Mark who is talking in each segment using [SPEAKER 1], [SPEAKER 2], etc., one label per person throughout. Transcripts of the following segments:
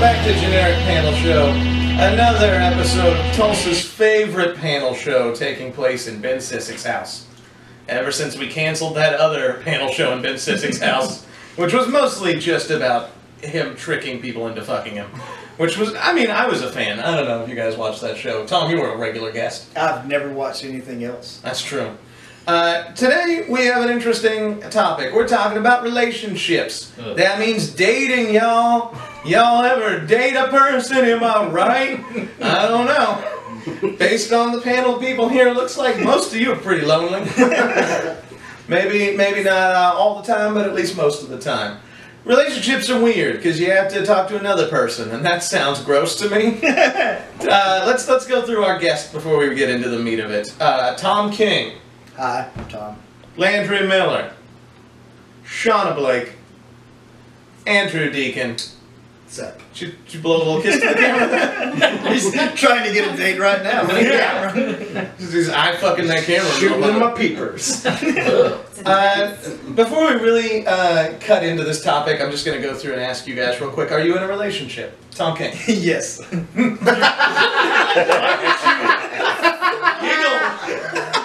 [SPEAKER 1] back to Generic Panel Show. Another episode of Tulsa's favorite panel show taking place in Ben Sissick's house. Ever since we canceled that other panel show in Ben Sissick's house, which was mostly just about him tricking people into fucking him. Which was, I mean, I was a fan. I don't know if you guys watched that show. Tom, you were a regular guest.
[SPEAKER 2] I've never watched anything else.
[SPEAKER 1] That's true. Uh, today we have an interesting topic. We're talking about relationships.
[SPEAKER 3] Ugh.
[SPEAKER 1] That means dating, y'all. Y'all ever date a person? Am I right? I don't know. Based on the panel of people here, it looks like most of you are pretty lonely. maybe, maybe not uh, all the time, but at least most of the time. Relationships are weird because you have to talk to another person, and that sounds gross to me. uh, let's let's go through our guest before we get into the meat of it. Uh, Tom King.
[SPEAKER 2] Hi, I'm Tom.
[SPEAKER 1] Landry Miller, Shauna Blake, Andrew Deacon.
[SPEAKER 2] What's up?
[SPEAKER 1] Did you, did you blow a little kiss to the camera?
[SPEAKER 2] He's trying to get a date right now.
[SPEAKER 1] Yeah. Just these eye fucking that camera.
[SPEAKER 2] Shooting in my
[SPEAKER 1] peepers. uh, before we really uh, cut into this topic, I'm just going to go through and ask you guys real quick Are you in a relationship? Tom King.
[SPEAKER 2] yes.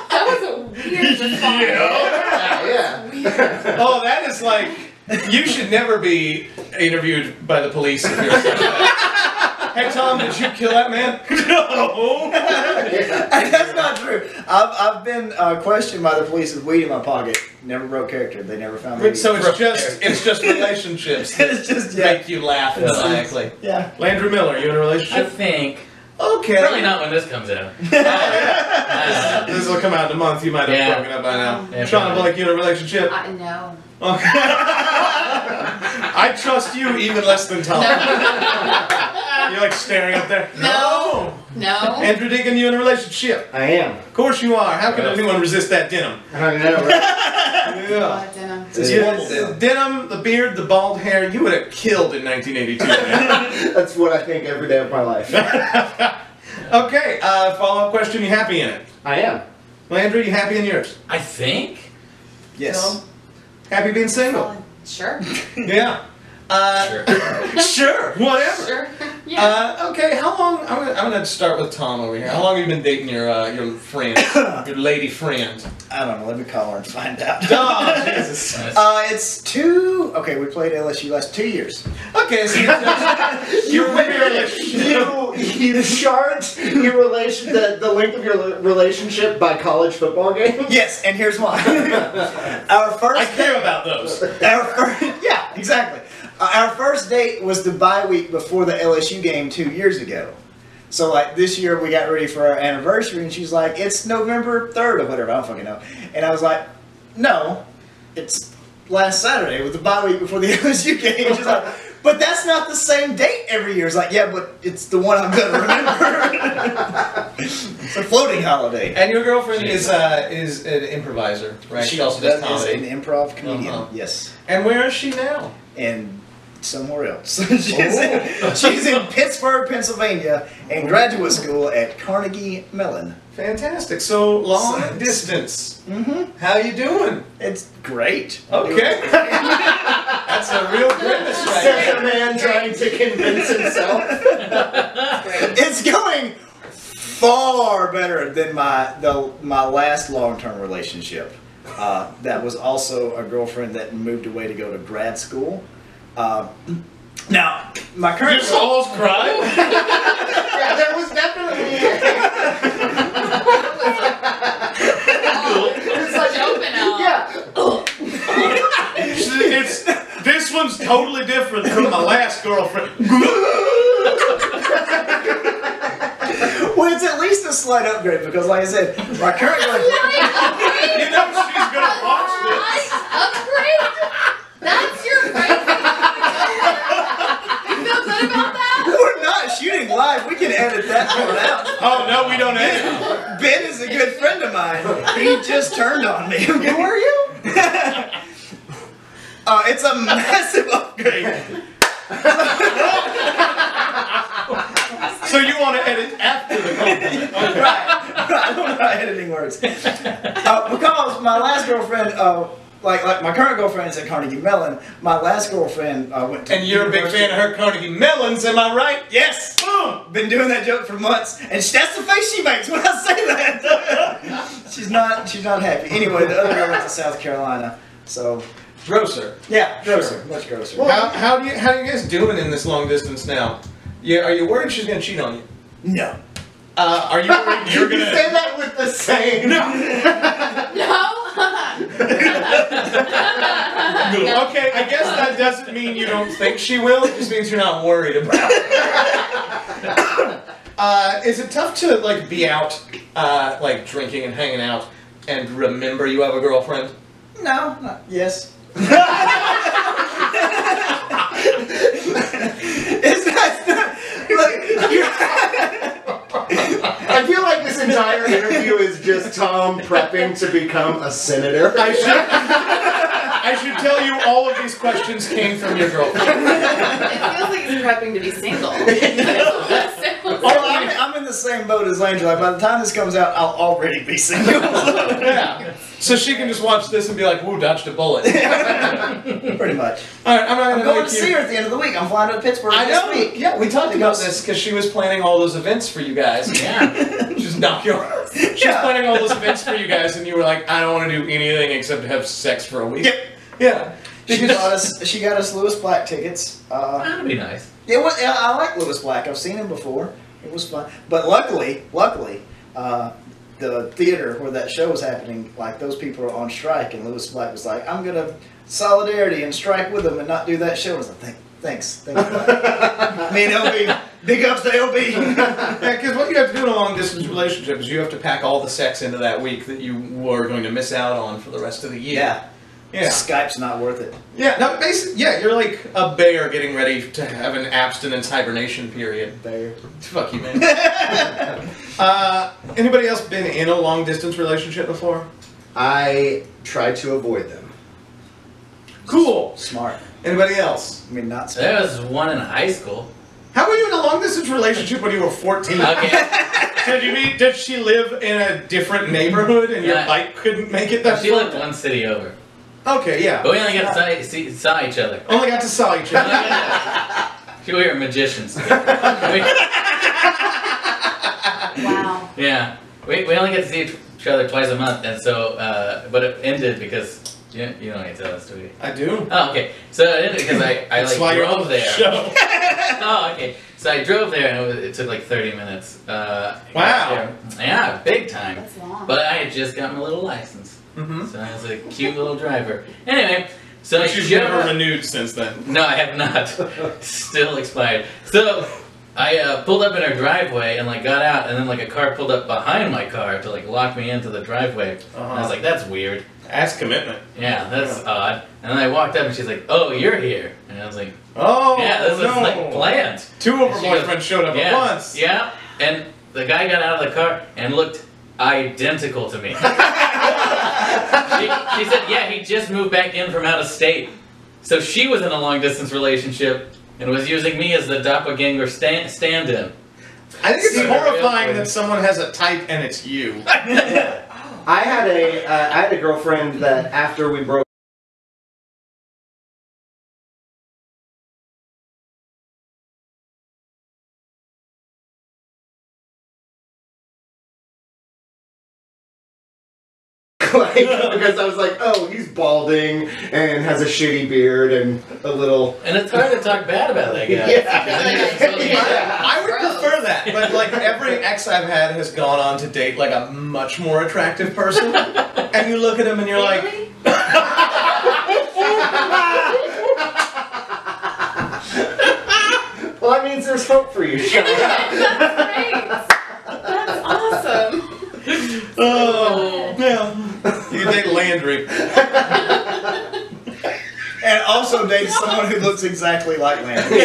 [SPEAKER 4] That was a weird response.
[SPEAKER 1] yeah.
[SPEAKER 4] Weird.
[SPEAKER 1] Oh, that is like you should never be interviewed by the police if you're. hey Tom, did you kill that man? No.
[SPEAKER 2] That's not true. I've, I've been uh, questioned by the police with weed in my pocket. Never broke character. They never found me.
[SPEAKER 1] so it's just it's just relationships that
[SPEAKER 2] it's just, yeah.
[SPEAKER 1] make you laugh maniacally.
[SPEAKER 2] Yeah.
[SPEAKER 1] Landry Miller, you in a
[SPEAKER 3] I
[SPEAKER 1] relationship?
[SPEAKER 3] think. Oh,
[SPEAKER 1] Okay.
[SPEAKER 3] Probably not when this comes out. Uh,
[SPEAKER 1] This will come out in a month. You might have
[SPEAKER 3] Yeah.
[SPEAKER 1] broken up by now.
[SPEAKER 3] Yeah,
[SPEAKER 1] Sean
[SPEAKER 3] probably.
[SPEAKER 1] Blake, you in a relationship?
[SPEAKER 4] I know.
[SPEAKER 1] Okay. I trust you even less than Tom. You're like staring up there.
[SPEAKER 4] No.
[SPEAKER 5] uh,
[SPEAKER 4] No.
[SPEAKER 1] Andrew Deacon, you in a relationship?
[SPEAKER 5] I am.
[SPEAKER 1] Of course you are. How could
[SPEAKER 3] Yeah.
[SPEAKER 1] anyone resist that denim?
[SPEAKER 5] I know. right?
[SPEAKER 1] Yeah.
[SPEAKER 4] But, um,
[SPEAKER 1] The denim, the beard, the bald hair, you would have killed in 1982. man.
[SPEAKER 5] That's what I think every day of my life.
[SPEAKER 1] okay, uh, follow up question. You happy in it?
[SPEAKER 5] I am.
[SPEAKER 1] Landry, you happy in yours?
[SPEAKER 3] I think.
[SPEAKER 2] Yes.
[SPEAKER 1] Happy being single?
[SPEAKER 4] well, Sure.
[SPEAKER 1] Yeah. Uh,
[SPEAKER 3] Sure.
[SPEAKER 1] sure. Whatever.
[SPEAKER 4] Sure. Yeah.
[SPEAKER 1] Uh, okay, how long? I'm gonna, I'm gonna start with Tom over here. How long have you been dating your uh, your friend, your lady friend?
[SPEAKER 2] I don't know. Let me call her and find out.
[SPEAKER 1] Oh, Jesus.
[SPEAKER 2] Uh, it's two. Okay, we played LSU last two years.
[SPEAKER 1] Okay, so you're, you're
[SPEAKER 5] You you chart your relation the, the length of your rela- relationship by college football game.
[SPEAKER 2] Yes, and here's why. Our first.
[SPEAKER 1] I care about those.
[SPEAKER 2] Our first, yeah, exactly. Uh, our first date was the bye week before the LSU game two years ago. So like this year we got ready for our anniversary, and she's like, "It's November third or whatever." I don't fucking know. And I was like, "No, it's last Saturday with the bye week before the LSU game." And she's like, "But that's not the same date every year." It's like, "Yeah, but it's the one I'm gonna remember." it's a floating holiday.
[SPEAKER 1] And your girlfriend is uh, is an improviser, right? She, also does
[SPEAKER 2] is
[SPEAKER 1] comedy.
[SPEAKER 2] an improv comedian.
[SPEAKER 1] Uh-huh.
[SPEAKER 2] Yes.
[SPEAKER 1] and where is she now?
[SPEAKER 2] and somewhere else. she's, in, she's in Pittsburgh, Pennsylvania, in graduate school at Carnegie Mellon.
[SPEAKER 1] Fantastic. So long
[SPEAKER 2] So-
[SPEAKER 1] distance. Mm-hmm. How you doing?
[SPEAKER 2] It's great.
[SPEAKER 1] Okay. That's a real goodness right
[SPEAKER 5] Says a man trying to convince himself. Uh,
[SPEAKER 4] Great.
[SPEAKER 2] It's going far better than my the, my last long term relationship. Uh, that was also a girlfriend that moved away to go to grad school. Uh, now, my
[SPEAKER 1] there.
[SPEAKER 2] current
[SPEAKER 1] souls cry?
[SPEAKER 5] Yeah, there was definitely.
[SPEAKER 4] Oh, it's such an open up.
[SPEAKER 5] Yeah.
[SPEAKER 1] it's, this one's totally different from my last girlfriend.
[SPEAKER 2] well, it's at least a slight upgrade because, like I said, my current girlfriend.
[SPEAKER 1] You know she's gonna
[SPEAKER 4] Nice upgrade. That's your favorite. You feel good about that?
[SPEAKER 2] We're not shooting live. We can edit that part out.
[SPEAKER 1] Oh no, we don't end.
[SPEAKER 2] Ben is a good friend of mine. He just turned on me. Who are you? uh, it's a massive upgrade.
[SPEAKER 1] So you want to edit after the compliment?
[SPEAKER 2] right. right. I don't know how editing works. Uh, because my last girlfriend, uh, like like my current girlfriend is at Carnegie Mellon. My last girlfriend uh, went to.
[SPEAKER 1] And you're a big fan of her Carnegie Mellons, am I right? Yes! Boom!
[SPEAKER 2] Been doing that joke for months, and sh- that's the face she makes when I say that. she's not she's not happy. Anyway, the other girl went to South Carolina, so
[SPEAKER 1] Grocer.
[SPEAKER 2] yeah, grosser,
[SPEAKER 1] Sure.
[SPEAKER 2] much grosser.
[SPEAKER 1] How, how do you how you guys doing in this long distance now? Yeah, are you worried she's gonna cheat on you?
[SPEAKER 2] no,
[SPEAKER 1] Uh, are you worried you're
[SPEAKER 5] You
[SPEAKER 1] gonna
[SPEAKER 5] say that with the same.
[SPEAKER 4] No. no.
[SPEAKER 1] Okay, I guess that doesn't mean you don't think she will, it just means you're not worried about it. uh, is it tough to like be out uh, like drinking and hanging out and remember you have a girlfriend?
[SPEAKER 2] no, not, yes. it's not. It's not look, you're-
[SPEAKER 5] I feel like this entire interview is just Tom prepping to become a senator.
[SPEAKER 1] I should I should tell you all of these questions came from your girlfriend.
[SPEAKER 4] It feels like he's prepping to be single. That's what it
[SPEAKER 2] Well,
[SPEAKER 4] sounds like.
[SPEAKER 2] I'm, I'm in the same boat as Angel. Like, by the time this comes out, I'll already be single.
[SPEAKER 1] Yeah. So she can just watch this and be like, "Woo, dodged a bullet." All right,
[SPEAKER 2] Pretty much.
[SPEAKER 1] I'm not
[SPEAKER 2] I'm
[SPEAKER 1] gonna
[SPEAKER 2] going
[SPEAKER 1] make
[SPEAKER 2] to
[SPEAKER 1] you-
[SPEAKER 2] see her at the end of the week. I'm flying to Pittsburgh
[SPEAKER 1] I
[SPEAKER 2] this
[SPEAKER 1] know.
[SPEAKER 2] week.
[SPEAKER 1] Yeah, we talked
[SPEAKER 2] It
[SPEAKER 1] about
[SPEAKER 2] goes-
[SPEAKER 1] this because she was planning all those events for you guys.
[SPEAKER 3] Yeah.
[SPEAKER 1] Just knock your. She was
[SPEAKER 2] Yeah.
[SPEAKER 1] planning all those events for you guys, and you were like, "I don't want to do anything except have sex for a week."
[SPEAKER 2] Yep.
[SPEAKER 1] Yeah.
[SPEAKER 2] She
[SPEAKER 1] Because-
[SPEAKER 2] got us. She got us Lewis Black tickets. Uh,
[SPEAKER 3] That'd be nice.
[SPEAKER 2] it was. yeah, I like Lewis Black. I've seen him before. It was fun. But luckily, luckily, uh, the theater where that show was happening, like those people are on strike, and Lewis Black was like, "I'm gonna solidarity and strike with them and not do that show." I was like, "Thank, thanks, thanks." Black." Me and LB, big ups to LB.
[SPEAKER 1] Yeah, because what you have to do in a long distance relationship is you have to pack all the sex into that week that you were going to miss out on for the rest of the year.
[SPEAKER 2] yeah.
[SPEAKER 1] Yeah.
[SPEAKER 2] Skype's not worth it.
[SPEAKER 1] Yeah. No, basically, yeah, you're like a bear getting ready to have an abstinence hibernation period.
[SPEAKER 2] There.
[SPEAKER 1] Fuck you, man. uh, anybody else been in a long distance relationship before?
[SPEAKER 5] I try to avoid them.
[SPEAKER 1] Cool.
[SPEAKER 2] Smart.
[SPEAKER 1] Anybody else?
[SPEAKER 2] I mean, not smart.
[SPEAKER 3] There was one in high school.
[SPEAKER 1] How were you in a long distance relationship when you were 14?
[SPEAKER 3] Okay.
[SPEAKER 1] did you mean, did she live in a different neighborhood and your
[SPEAKER 3] Yeah.
[SPEAKER 1] bike couldn't make it that
[SPEAKER 3] She
[SPEAKER 1] far?
[SPEAKER 3] lived one city over.
[SPEAKER 1] Okay, yeah.
[SPEAKER 3] But we only got to see, see, saw each other.
[SPEAKER 1] Only got to saw each
[SPEAKER 3] Oh,
[SPEAKER 1] other.
[SPEAKER 3] we were magicians. We-
[SPEAKER 4] Wow.
[SPEAKER 3] yeah. We, we only get to see each other twice a month, and so, uh, but it ended because, you, you don't get to tell us, do we?
[SPEAKER 1] I do.
[SPEAKER 3] Oh, okay. So it ended because I, I
[SPEAKER 1] That's why
[SPEAKER 3] like
[SPEAKER 1] you're on
[SPEAKER 3] drove
[SPEAKER 1] the
[SPEAKER 3] there.
[SPEAKER 1] show.
[SPEAKER 3] Oh, okay. So I drove there, and it, was, it took like 30 minutes. Uh,
[SPEAKER 1] Wow.
[SPEAKER 3] Yeah, big time.
[SPEAKER 4] That's long.
[SPEAKER 3] But I had just gotten a little license,
[SPEAKER 1] Mm-hmm.
[SPEAKER 3] so I was a cute little driver. Anyway, so I
[SPEAKER 1] But she's
[SPEAKER 3] showed
[SPEAKER 1] never
[SPEAKER 3] up-
[SPEAKER 1] renewed since then.
[SPEAKER 3] No, I have not. Still expired. So I uh, pulled up in her driveway and like got out, and then like a car pulled up behind my car to like lock me into the driveway. And
[SPEAKER 1] Uh-huh.
[SPEAKER 3] I was like, that's weird.
[SPEAKER 1] That's commitment.
[SPEAKER 3] Yeah, that's odd. And then I walked up, and she's like, oh, you're here. And I was like,
[SPEAKER 1] Oh,
[SPEAKER 3] yeah, this
[SPEAKER 1] no.
[SPEAKER 3] was like planned.
[SPEAKER 1] Two of her
[SPEAKER 3] She goes,
[SPEAKER 1] boyfriends showed up
[SPEAKER 3] yeah,
[SPEAKER 1] at once.
[SPEAKER 3] Yeah, and the guy got out of the car and looked identical to me. she, she said, yeah, he just moved back in from out of state. So she was in a long distance relationship and was using me as the doppelganger stand, stand in.
[SPEAKER 1] I think it's
[SPEAKER 3] Yeah.
[SPEAKER 1] horrifying that someone has a type and it's you.
[SPEAKER 5] I had a uh, I had a girlfriend that after we broke. Like, because I was like, oh, he's balding and has a shitty beard and a little.
[SPEAKER 3] And it's hard to talk bad about that guy.
[SPEAKER 5] Yeah.
[SPEAKER 1] I would
[SPEAKER 4] Gross.
[SPEAKER 1] prefer that, but like every ex I've had has gone on to date like a much more attractive person, and you look at him and you're like,
[SPEAKER 4] Really?
[SPEAKER 5] Well, that means there's hope for you, Sean.
[SPEAKER 4] That's great. That's awesome.
[SPEAKER 1] oh, yeah. You date Landry.
[SPEAKER 2] And also dated someone who looks exactly like Landry.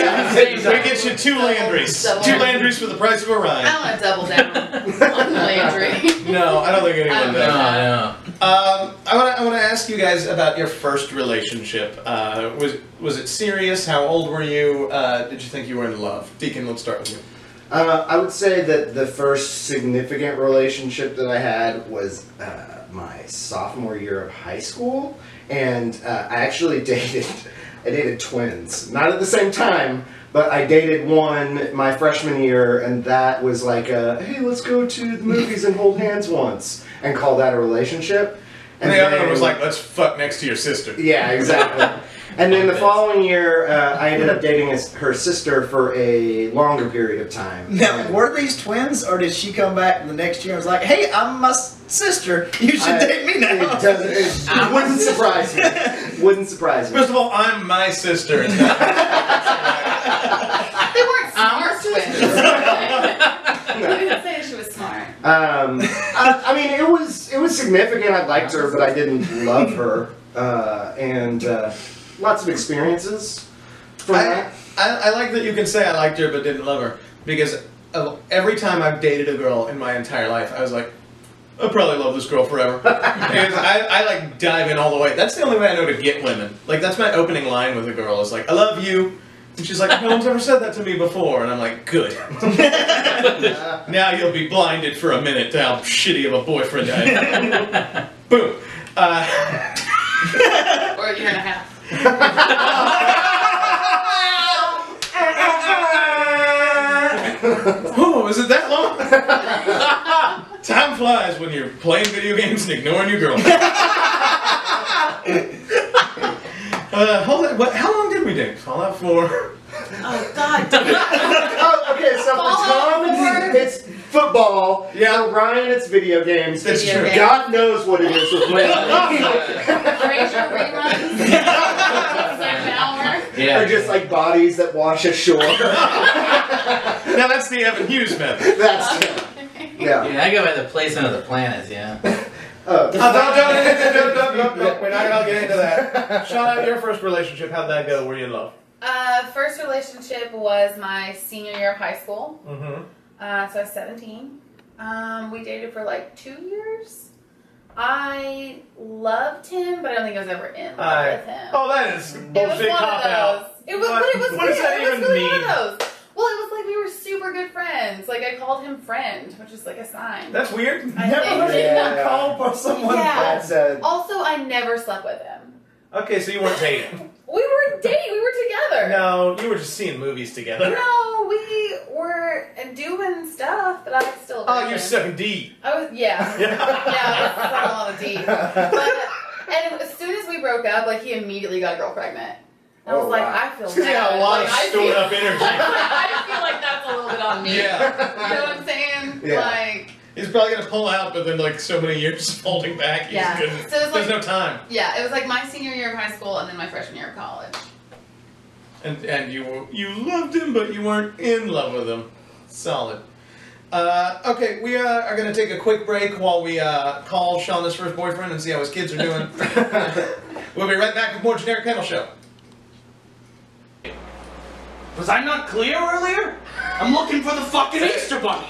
[SPEAKER 1] we get you two Landrys, two Landrys for the price of a
[SPEAKER 4] I
[SPEAKER 1] Ryan.
[SPEAKER 4] want to double down on Landry.
[SPEAKER 1] No, I don't think anyone
[SPEAKER 3] No,
[SPEAKER 1] does.
[SPEAKER 3] no.
[SPEAKER 1] Um, I want to I want to ask you guys about your first relationship. Uh, was was it serious? How old were you? Uh, did you think you were in love? Deacon, let's start with you.
[SPEAKER 5] Uh, I would say that the first significant relationship that I had was uh, my sophomore year of high school, and uh, I actually dated I dated twins, not at the same time. But I dated one my freshman year, and that was like a hey, let's go to the movies and hold hands once, and call that a relationship.
[SPEAKER 1] And the other one
[SPEAKER 5] then-
[SPEAKER 1] was like, let's fuck next to your sister.
[SPEAKER 5] yeah, exactly. And then the following year, uh, I ended up dating his, her sister for a longer period of time.
[SPEAKER 2] Now,
[SPEAKER 5] And
[SPEAKER 2] were these twins, or did she come back the next year and was like, "Hey, I'm my s- sister. You should
[SPEAKER 5] I-
[SPEAKER 2] date me
[SPEAKER 5] It,
[SPEAKER 2] now"?
[SPEAKER 5] doesn't, it wouldn't surprise me. Wouldn't surprise me.
[SPEAKER 1] First of all, I'm my sister. and not-
[SPEAKER 4] They weren't smart twins. you
[SPEAKER 5] No.
[SPEAKER 4] didn't say she was smart.
[SPEAKER 5] Um, I, I mean, it was it was significant. I liked her, but I didn't love her. Uh, and uh, lots of experiences from
[SPEAKER 1] I,
[SPEAKER 5] that.
[SPEAKER 1] I, I like that you can say I liked her but didn't love her because of every time I've dated a girl in my entire life, I was like, I'll probably love this girl forever. because I, I like dive in all the way. That's the only way I know to get women. Like that's my opening line with a girl is like, I love you. And she's like, no one's ever said that to me before. And I'm like, good. now you'll be blinded for a minute to how shitty of a boyfriend I am. Boom. Uh,
[SPEAKER 4] Or a year and a half.
[SPEAKER 1] Oh, is it that long? Time flies when you're playing video games and ignoring your girl. uh, hold on. What, how long did we do? Fallout 4.
[SPEAKER 4] Oh God. damn it.
[SPEAKER 5] Oh, okay, so
[SPEAKER 4] Fallout
[SPEAKER 5] for Tom,
[SPEAKER 4] four.
[SPEAKER 5] it's football.
[SPEAKER 1] Yeah.
[SPEAKER 5] For Ryan, it's video games.
[SPEAKER 1] That's
[SPEAKER 4] Video
[SPEAKER 1] true.
[SPEAKER 4] games.
[SPEAKER 5] God knows what it is with women.
[SPEAKER 4] Frasier reruns. Sam Bauer.
[SPEAKER 5] They're
[SPEAKER 3] Yeah.
[SPEAKER 5] just like bodies that wash ashore.
[SPEAKER 1] Now that's the Evan Hughes method.
[SPEAKER 5] That's yeah.
[SPEAKER 3] Yeah, I go by the placement of the planets, yeah.
[SPEAKER 5] Uh,
[SPEAKER 1] Uh, no, no, no, no, no, no, no, no, We're not going to get into that. Shout out your first relationship. How'd that go? Were you in love?
[SPEAKER 4] Uh, first relationship was my senior year of high school.
[SPEAKER 1] Mm-hmm.
[SPEAKER 4] Uh, so I was 17. Um, we dated for like two years. I loved him, but I don't think I was ever in love
[SPEAKER 1] I-
[SPEAKER 4] with him.
[SPEAKER 1] Oh, that is
[SPEAKER 4] it was
[SPEAKER 1] bullshit
[SPEAKER 4] one
[SPEAKER 1] cop
[SPEAKER 4] of
[SPEAKER 1] out.
[SPEAKER 4] those. It was,
[SPEAKER 1] What-
[SPEAKER 4] but it was
[SPEAKER 1] what does
[SPEAKER 4] weird.
[SPEAKER 1] that
[SPEAKER 4] it was
[SPEAKER 1] even
[SPEAKER 4] really one
[SPEAKER 1] mean?
[SPEAKER 4] of those. Well, it was like we were super good friends. Like I called him friend, which is like a sign.
[SPEAKER 1] That's weird.
[SPEAKER 4] I
[SPEAKER 2] Never
[SPEAKER 4] think-
[SPEAKER 2] heard
[SPEAKER 5] Yeah.
[SPEAKER 2] that called by someone.
[SPEAKER 4] Yeah.
[SPEAKER 5] that's a
[SPEAKER 4] Also, I never slept with him.
[SPEAKER 1] Okay, so you weren't dating.
[SPEAKER 4] We were dating. We were together.
[SPEAKER 1] No, you were just seeing movies together.
[SPEAKER 4] No, we were doing stuff, but I was still. a
[SPEAKER 1] Oh, you're
[SPEAKER 4] virgin.
[SPEAKER 1] sucking D.
[SPEAKER 4] I was yeah. yeah, I was still on the D. But and as soon as we broke up, like he immediately got a girl pregnant. I was
[SPEAKER 5] Oh,
[SPEAKER 4] like,
[SPEAKER 5] wow.
[SPEAKER 4] I feel
[SPEAKER 1] She's got
[SPEAKER 4] bad.
[SPEAKER 1] a lot
[SPEAKER 4] Like,
[SPEAKER 1] of
[SPEAKER 4] I
[SPEAKER 1] stored
[SPEAKER 4] feel-
[SPEAKER 1] up energy.
[SPEAKER 4] I feel like that's a little bit on me.
[SPEAKER 1] Yeah.
[SPEAKER 4] You know what I'm saying?
[SPEAKER 5] Yeah.
[SPEAKER 4] Like,
[SPEAKER 1] He's probably gonna pull out, but then like so many years folding back, he
[SPEAKER 4] yeah.
[SPEAKER 1] just couldn't.
[SPEAKER 4] So it was
[SPEAKER 1] There's
[SPEAKER 4] like,
[SPEAKER 1] no time.
[SPEAKER 4] yeah, it was like my senior year of high school and then my freshman year of college.
[SPEAKER 1] And and you were- you loved him, but you weren't in love with him. Solid. Uh, okay, we uh, are gonna take a quick break while we uh, call Sean his first boyfriend and see how his kids are doing. we'll be right back with more generic panel show.
[SPEAKER 6] Was I not clear earlier? I'm looking for the fucking Easter Bunny.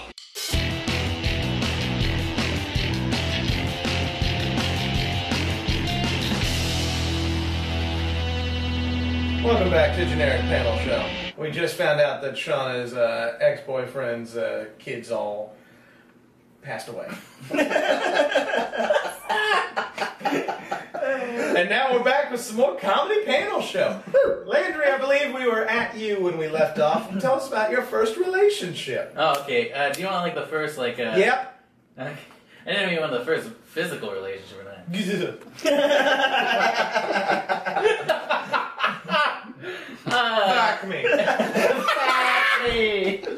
[SPEAKER 1] Welcome back to generic panel show. We just found out that Shauna's uh, ex-boyfriend's uh, kids all passed away. And now we're back with some more comedy panel show. Landry, I believe we were at you when we left off. Tell us about your first relationship.
[SPEAKER 3] Oh, okay. Uh, do you want like the first like uh
[SPEAKER 1] Yep.
[SPEAKER 3] I didn't mean one of the first physical relationship or not. Ah,
[SPEAKER 1] Fuck me.
[SPEAKER 3] exactly.
[SPEAKER 2] Uh,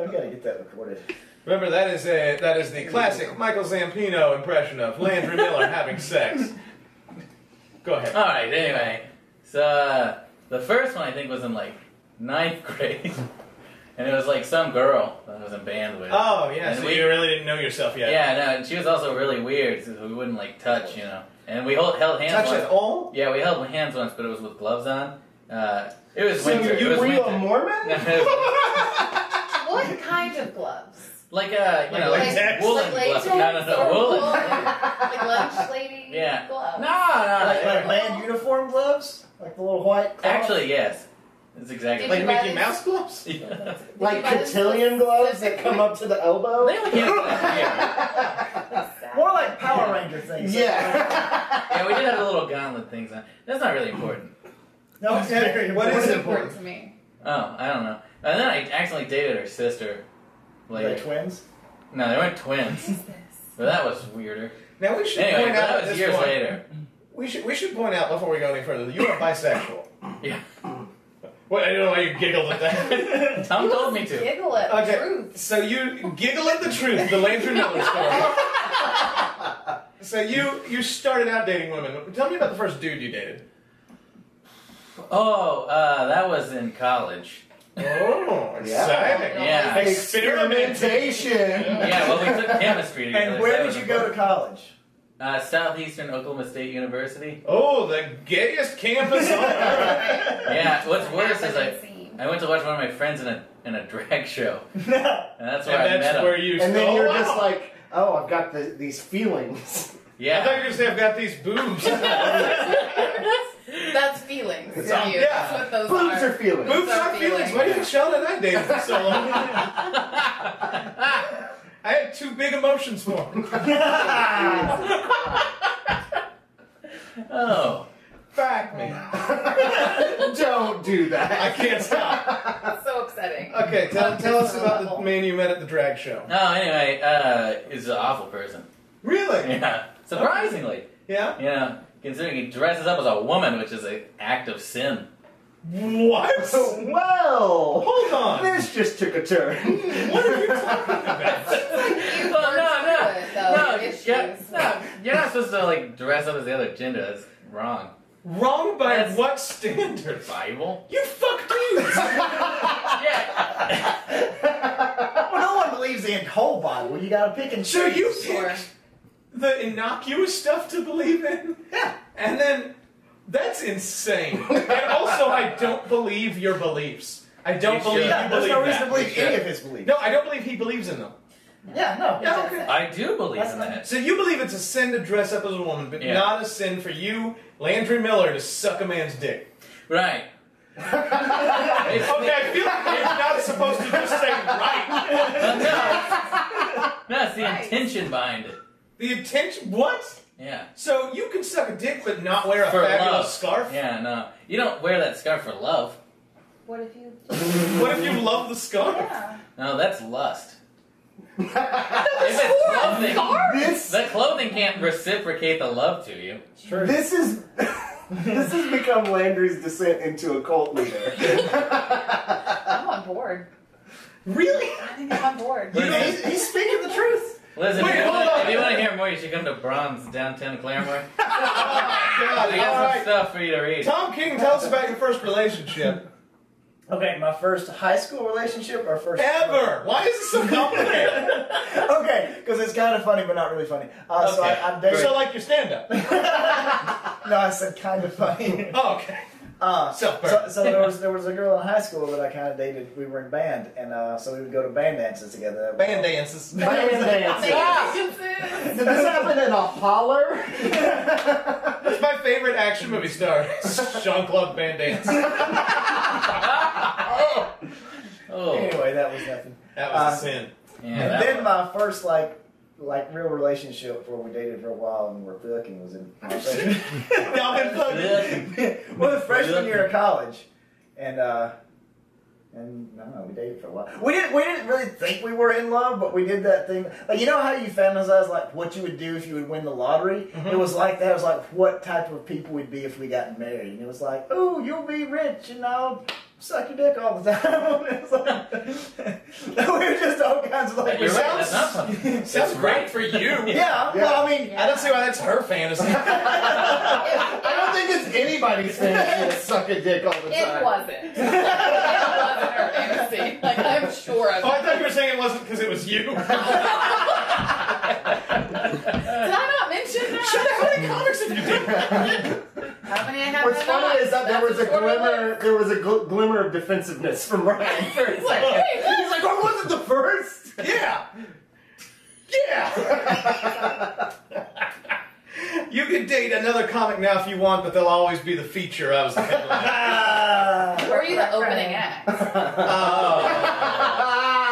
[SPEAKER 2] we gotta get that recorded.
[SPEAKER 1] Remember that is a that is the classic Michael Zampino impression of Landry Miller having sex. Go ahead.
[SPEAKER 3] All right. Anyway, so uh, the first one I think was in like ninth grade, and it was like some girl that I was in band with.
[SPEAKER 1] Oh yeah,
[SPEAKER 3] And
[SPEAKER 1] so
[SPEAKER 3] we-
[SPEAKER 1] you really didn't know yourself yet.
[SPEAKER 3] Yeah, no, and she was also really weird. So we wouldn't like touch, you know. And we hold, held hands.
[SPEAKER 1] Touch Oh,
[SPEAKER 3] once.
[SPEAKER 1] at all?
[SPEAKER 3] Yeah, we held hands once, but it was with gloves on. Uh, it was
[SPEAKER 5] So
[SPEAKER 3] winter.
[SPEAKER 5] you
[SPEAKER 3] it was
[SPEAKER 5] were you
[SPEAKER 3] winter.
[SPEAKER 5] a Mormon?
[SPEAKER 4] What kind of gloves?
[SPEAKER 3] like a you know,
[SPEAKER 1] Like
[SPEAKER 3] like
[SPEAKER 1] latex?
[SPEAKER 3] woolen
[SPEAKER 4] like latex
[SPEAKER 3] gloves. No, no, no,
[SPEAKER 4] or wool?
[SPEAKER 3] woolen. no,
[SPEAKER 4] Like lunch lady
[SPEAKER 3] Yeah.
[SPEAKER 4] gloves?
[SPEAKER 3] no, no.
[SPEAKER 2] Like, like land uniform gloves, like the little white. cloth?
[SPEAKER 3] Actually, yes. That's exactly.
[SPEAKER 4] Did
[SPEAKER 3] Like,
[SPEAKER 1] Like
[SPEAKER 4] you buy
[SPEAKER 1] Mickey Mouse
[SPEAKER 4] this?
[SPEAKER 1] gloves?
[SPEAKER 3] yeah.
[SPEAKER 5] Like
[SPEAKER 4] But it's
[SPEAKER 5] cotillion gloves that come up to the elbow?
[SPEAKER 3] They only came out last year.
[SPEAKER 2] More like Power Ranger things.
[SPEAKER 5] Yeah.
[SPEAKER 3] Yeah, we did have the little gauntlet things on. That's not really important.
[SPEAKER 2] No, it's very
[SPEAKER 1] What
[SPEAKER 2] important.
[SPEAKER 1] is
[SPEAKER 4] It's
[SPEAKER 1] it?
[SPEAKER 4] important to me.
[SPEAKER 3] Oh, I don't know. And then I accidentally dated her sister.
[SPEAKER 2] They're
[SPEAKER 3] Later.
[SPEAKER 2] twins.
[SPEAKER 3] no, they weren't twins. But that was weirder.
[SPEAKER 1] Now we should
[SPEAKER 3] Anyway,
[SPEAKER 1] point
[SPEAKER 3] but
[SPEAKER 1] out
[SPEAKER 3] that
[SPEAKER 1] at
[SPEAKER 3] was
[SPEAKER 1] this
[SPEAKER 3] years
[SPEAKER 1] point-
[SPEAKER 3] later.
[SPEAKER 1] We should we should point out before we go any further. You are bisexual.
[SPEAKER 3] Yeah.
[SPEAKER 1] What I don't know why you giggled at that.
[SPEAKER 3] Tom told me to.
[SPEAKER 4] Giggle at
[SPEAKER 1] Okay.
[SPEAKER 4] truth.
[SPEAKER 1] So you giggle at the truth, the Landry Miller story. so you you started out dating women. Tell me about the first dude you dated.
[SPEAKER 3] Oh, uh, that was in college.
[SPEAKER 1] Oh, exciting.
[SPEAKER 3] Yeah.
[SPEAKER 5] Experimentation.
[SPEAKER 3] Yeah, well, we took chemistry together.
[SPEAKER 2] And
[SPEAKER 3] so that
[SPEAKER 2] where did
[SPEAKER 3] was
[SPEAKER 2] you
[SPEAKER 3] a
[SPEAKER 2] go
[SPEAKER 3] fun-
[SPEAKER 2] to college?
[SPEAKER 3] Uh, Southeastern Oklahoma State University.
[SPEAKER 1] Oh, the gayest campus on earth.
[SPEAKER 3] Yeah, what's worse is
[SPEAKER 4] Haven't
[SPEAKER 3] I,
[SPEAKER 4] seen.
[SPEAKER 3] I went to watch one of my friends in a in a drag show,
[SPEAKER 2] No.
[SPEAKER 3] and that's where I
[SPEAKER 1] And
[SPEAKER 3] met
[SPEAKER 1] that's
[SPEAKER 3] him.
[SPEAKER 1] where you.
[SPEAKER 5] And then
[SPEAKER 1] oh,
[SPEAKER 5] you're
[SPEAKER 1] wow.
[SPEAKER 5] just like, oh, I've got the, these feelings.
[SPEAKER 1] I thought you
[SPEAKER 3] yeah,
[SPEAKER 1] were gonna say I've got these boobs.
[SPEAKER 4] That's feelings.
[SPEAKER 5] It's
[SPEAKER 4] to
[SPEAKER 5] all-
[SPEAKER 4] you.
[SPEAKER 1] yeah.
[SPEAKER 4] That's what those
[SPEAKER 5] Boobs
[SPEAKER 4] are.
[SPEAKER 5] are feelings.
[SPEAKER 1] boobs
[SPEAKER 4] That's
[SPEAKER 1] are
[SPEAKER 4] our
[SPEAKER 1] feelings.
[SPEAKER 4] feeling.
[SPEAKER 1] Why do you think Sean and I dated for so long? I had two big emotions for him.
[SPEAKER 3] oh,
[SPEAKER 1] Back me.
[SPEAKER 5] Don't
[SPEAKER 1] I
[SPEAKER 5] do that.
[SPEAKER 1] can't stop.
[SPEAKER 4] That's so upsetting.
[SPEAKER 1] Okay, tell, tell us about the man you met at the drag show.
[SPEAKER 3] no. Anyway, uh, he's an awful person.
[SPEAKER 1] Really?
[SPEAKER 3] Yeah, surprisingly,
[SPEAKER 1] Yeah.
[SPEAKER 3] you know, considering he dresses up as a woman, which is an act of sin.
[SPEAKER 1] What?
[SPEAKER 5] well,
[SPEAKER 1] Hold on.
[SPEAKER 5] this just took a turn.
[SPEAKER 1] What are you talking about?
[SPEAKER 4] You
[SPEAKER 3] Well,
[SPEAKER 4] worked
[SPEAKER 3] no,
[SPEAKER 4] through
[SPEAKER 3] no,
[SPEAKER 4] it, though,
[SPEAKER 3] no,
[SPEAKER 4] the
[SPEAKER 3] yeah,
[SPEAKER 4] issues.
[SPEAKER 3] no. You're not supposed to like dress up as the other gender. That's wrong.
[SPEAKER 1] Wrong by
[SPEAKER 3] That's-
[SPEAKER 1] what standard?
[SPEAKER 3] Bible.
[SPEAKER 1] You fuck dudes.
[SPEAKER 3] Yeah.
[SPEAKER 2] Well, no one believes in whole Bible. You gotta pick and choose.
[SPEAKER 1] So you
[SPEAKER 4] Sure.
[SPEAKER 1] pick the innocuous stuff to believe in,
[SPEAKER 2] Yeah.
[SPEAKER 1] and then that's insane. And also, I don't believe your beliefs. I don't
[SPEAKER 3] You should.
[SPEAKER 1] believe you
[SPEAKER 2] Yeah, there's
[SPEAKER 1] believe
[SPEAKER 2] no
[SPEAKER 1] that.
[SPEAKER 2] reason to believe
[SPEAKER 3] Yeah.
[SPEAKER 2] any of his beliefs.
[SPEAKER 1] No, I don't believe he believes in them.
[SPEAKER 2] Yeah, no.
[SPEAKER 4] He doesn't.
[SPEAKER 1] okay.
[SPEAKER 3] I do believe
[SPEAKER 2] That's
[SPEAKER 3] in
[SPEAKER 2] not-
[SPEAKER 3] that.
[SPEAKER 1] So you believe it's a sin to dress up as a woman, but
[SPEAKER 3] Yeah.
[SPEAKER 1] not a sin for you, Landry Miller, to suck a man's dick.
[SPEAKER 3] Right. It's-
[SPEAKER 1] Okay, I feel like you're not supposed to just say right.
[SPEAKER 3] No, it's, no, it's the
[SPEAKER 4] Right.
[SPEAKER 3] intention behind it.
[SPEAKER 1] The intention. What?
[SPEAKER 3] Yeah.
[SPEAKER 1] So you can suck a dick but not wear a
[SPEAKER 3] For
[SPEAKER 1] fabulous
[SPEAKER 3] love.
[SPEAKER 1] scarf?
[SPEAKER 3] Yeah, no. You don't wear that scarf for love.
[SPEAKER 4] What if you?
[SPEAKER 1] What if you love the scarf?
[SPEAKER 4] Yeah.
[SPEAKER 3] No, that's lust. if it's clothing,
[SPEAKER 5] This
[SPEAKER 3] the clothing can't reciprocate the love to you.
[SPEAKER 5] this is this has become Landry's descent into a cult leader.
[SPEAKER 4] I'm on board.
[SPEAKER 1] Really?
[SPEAKER 4] I think I'm on board.
[SPEAKER 1] You know, he's, he's speaking the truth.
[SPEAKER 3] Listen,
[SPEAKER 1] Wait,
[SPEAKER 3] if, you
[SPEAKER 1] hold
[SPEAKER 3] want,
[SPEAKER 1] on.
[SPEAKER 3] if you want to hear more, you should come to Bronze downtown Claremore.
[SPEAKER 1] God,
[SPEAKER 3] We got
[SPEAKER 1] all
[SPEAKER 3] some
[SPEAKER 1] right.
[SPEAKER 3] stuff for you to read.
[SPEAKER 1] Tom King, tell us about your first relationship.
[SPEAKER 2] Okay, my first high school relationship or first
[SPEAKER 1] Ever. Why is this so complicated?
[SPEAKER 2] Okay, because it's kind of funny, but not really funny. Uh, So
[SPEAKER 3] Okay,
[SPEAKER 2] I, I dated.
[SPEAKER 1] so like your stand-up.
[SPEAKER 2] No, I said kind of funny.
[SPEAKER 1] Oh, okay.
[SPEAKER 2] Uh,
[SPEAKER 1] So,
[SPEAKER 2] so, so there was there was a girl in high school that I kind of dated. We were in band, and uh, so we would go to band dances together.
[SPEAKER 1] band dances.
[SPEAKER 5] Band dance.
[SPEAKER 4] Stop.
[SPEAKER 5] Did this happen in a holler?
[SPEAKER 1] That's my favorite action movie star. Jean Claude Van Damme.
[SPEAKER 3] Oh,
[SPEAKER 2] Anyway, that was nothing.
[SPEAKER 1] That was
[SPEAKER 2] Uh,
[SPEAKER 1] a sin.
[SPEAKER 3] yeah.
[SPEAKER 2] And
[SPEAKER 3] That
[SPEAKER 2] then
[SPEAKER 3] one.
[SPEAKER 2] my first like like real relationship where we dated for a while and were fucking was in my freshman,
[SPEAKER 1] Y'all been fucking.
[SPEAKER 3] Ugh.
[SPEAKER 2] well, the freshman year of college, and uh, and I don't know, we dated for a while. We didn't we didn't really think we were in love, but we did that thing. Like you know how you fantasize like what you would do if you would win the lottery.
[SPEAKER 3] Mm-hmm.
[SPEAKER 2] It was like that. It was like what type of people we'd be if we got married, and it was like, oh, you'll be rich, and I'll. Suck your dick all the time. It was like- we were just all kinds of like
[SPEAKER 3] You're right,
[SPEAKER 1] sounds-
[SPEAKER 3] that's not funny.
[SPEAKER 1] Sounds great for you.
[SPEAKER 2] Yeah, well, I mean,
[SPEAKER 1] I don't see why that's her fantasy.
[SPEAKER 5] I don't think it's anybody's fantasy to suck a dick all the time.
[SPEAKER 4] It wasn't. it wasn't her fantasy. Like I'm sure of
[SPEAKER 1] Oh, I
[SPEAKER 4] it.
[SPEAKER 1] thought you were saying it wasn't because it was you.
[SPEAKER 4] Did I not mention that?
[SPEAKER 1] many comics have you done?
[SPEAKER 4] How many I have?
[SPEAKER 5] What's
[SPEAKER 4] I
[SPEAKER 5] funny
[SPEAKER 4] not?
[SPEAKER 5] is that there
[SPEAKER 4] That's
[SPEAKER 5] was a
[SPEAKER 4] sort of
[SPEAKER 5] glimmer, there was a gl- glimmer of defensiveness from Ryan for a
[SPEAKER 4] Like,
[SPEAKER 5] second.
[SPEAKER 4] wait, what?
[SPEAKER 5] He's like, I wasn't the first.
[SPEAKER 1] Yeah. Yeah. you could date another comic now if you want, but they'll always be the feature. I was the headline.
[SPEAKER 2] Ah.
[SPEAKER 4] Were you the opening act?
[SPEAKER 1] Oh.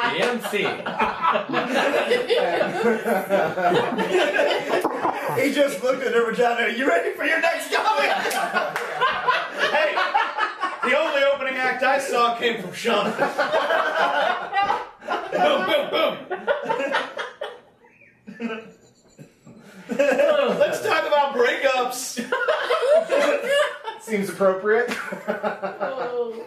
[SPEAKER 3] The MC.
[SPEAKER 2] he just looked at her vagina. You ready for your next comic?
[SPEAKER 1] hey, the only opening act I saw came from Sean. boom, boom, boom. Let's talk about breakups.
[SPEAKER 5] Seems appropriate.
[SPEAKER 4] Oh.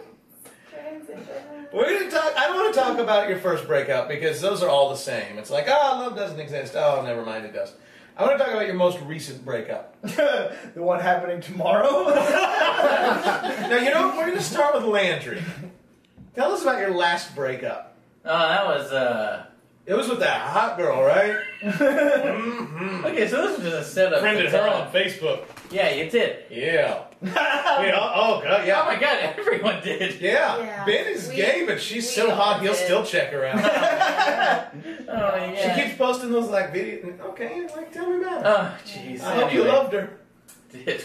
[SPEAKER 4] Transition.
[SPEAKER 1] We're gonna talk. I don't want to talk about your first breakup because those are all the same. It's like, oh, love doesn't exist. Oh, never mind, it does. I want to talk about your most recent breakup.
[SPEAKER 2] the one happening tomorrow?
[SPEAKER 1] Now, you know, we're gonna start with Landry. Tell us about your last breakup.
[SPEAKER 3] Oh, that was uh.
[SPEAKER 1] It was with that hot girl, right? Mm-hmm.
[SPEAKER 3] Okay, so this was just a setup.
[SPEAKER 1] Friended her on Facebook.
[SPEAKER 3] Yeah, you did.
[SPEAKER 1] Yeah. We all- oh god,
[SPEAKER 3] Oh
[SPEAKER 1] yeah.
[SPEAKER 3] my god, everyone did.
[SPEAKER 1] Yeah.
[SPEAKER 4] Yeah.
[SPEAKER 1] Ben is
[SPEAKER 4] We-
[SPEAKER 1] gay, but she's
[SPEAKER 4] we
[SPEAKER 1] so hot
[SPEAKER 4] all
[SPEAKER 1] he'll
[SPEAKER 4] did.
[SPEAKER 1] still check her out.
[SPEAKER 3] Oh yeah.
[SPEAKER 1] She keeps posting those like videos. Okay, like tell me about it.
[SPEAKER 3] Oh jeez.
[SPEAKER 1] I
[SPEAKER 3] anyway.
[SPEAKER 1] hope you loved her.
[SPEAKER 3] Did.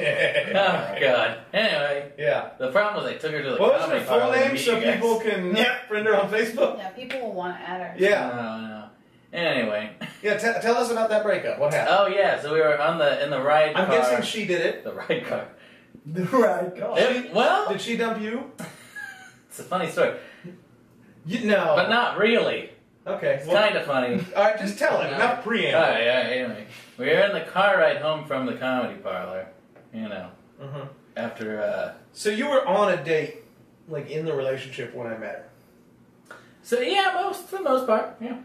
[SPEAKER 1] Yeah.
[SPEAKER 3] god. Anyway,
[SPEAKER 1] yeah.
[SPEAKER 3] the problem was I took her to the
[SPEAKER 1] What was
[SPEAKER 3] comedy
[SPEAKER 1] her full
[SPEAKER 3] bar to
[SPEAKER 1] name
[SPEAKER 3] meet
[SPEAKER 1] so
[SPEAKER 3] you guys.
[SPEAKER 1] people can
[SPEAKER 2] Yeah.
[SPEAKER 1] friend her on Facebook?
[SPEAKER 4] Yeah, people will want to add her.
[SPEAKER 1] Yeah.
[SPEAKER 3] Oh, no. Anyway.
[SPEAKER 1] Yeah, t- tell us about that breakup. What happened? Uh,
[SPEAKER 3] Oh yeah, so we were on the in the ride
[SPEAKER 1] I'm
[SPEAKER 3] car.
[SPEAKER 1] guessing she did it.
[SPEAKER 3] the ride car.
[SPEAKER 2] right. God.
[SPEAKER 3] It- well,
[SPEAKER 1] Did she dump you?
[SPEAKER 3] it's a funny story,
[SPEAKER 1] you no.
[SPEAKER 3] but not really.
[SPEAKER 1] Okay.
[SPEAKER 3] It's
[SPEAKER 1] Well,
[SPEAKER 3] kind of funny. Oh,
[SPEAKER 1] all right, just tell it.
[SPEAKER 3] No.
[SPEAKER 1] Enough preamble.
[SPEAKER 3] Alright, alright, anyway. We were in the car ride home from the comedy parlor, you know,
[SPEAKER 1] Mhm.
[SPEAKER 3] after, uh.
[SPEAKER 1] So you were on a date, like in the relationship when I met her.
[SPEAKER 3] So, yeah, most, for the most part, yeah.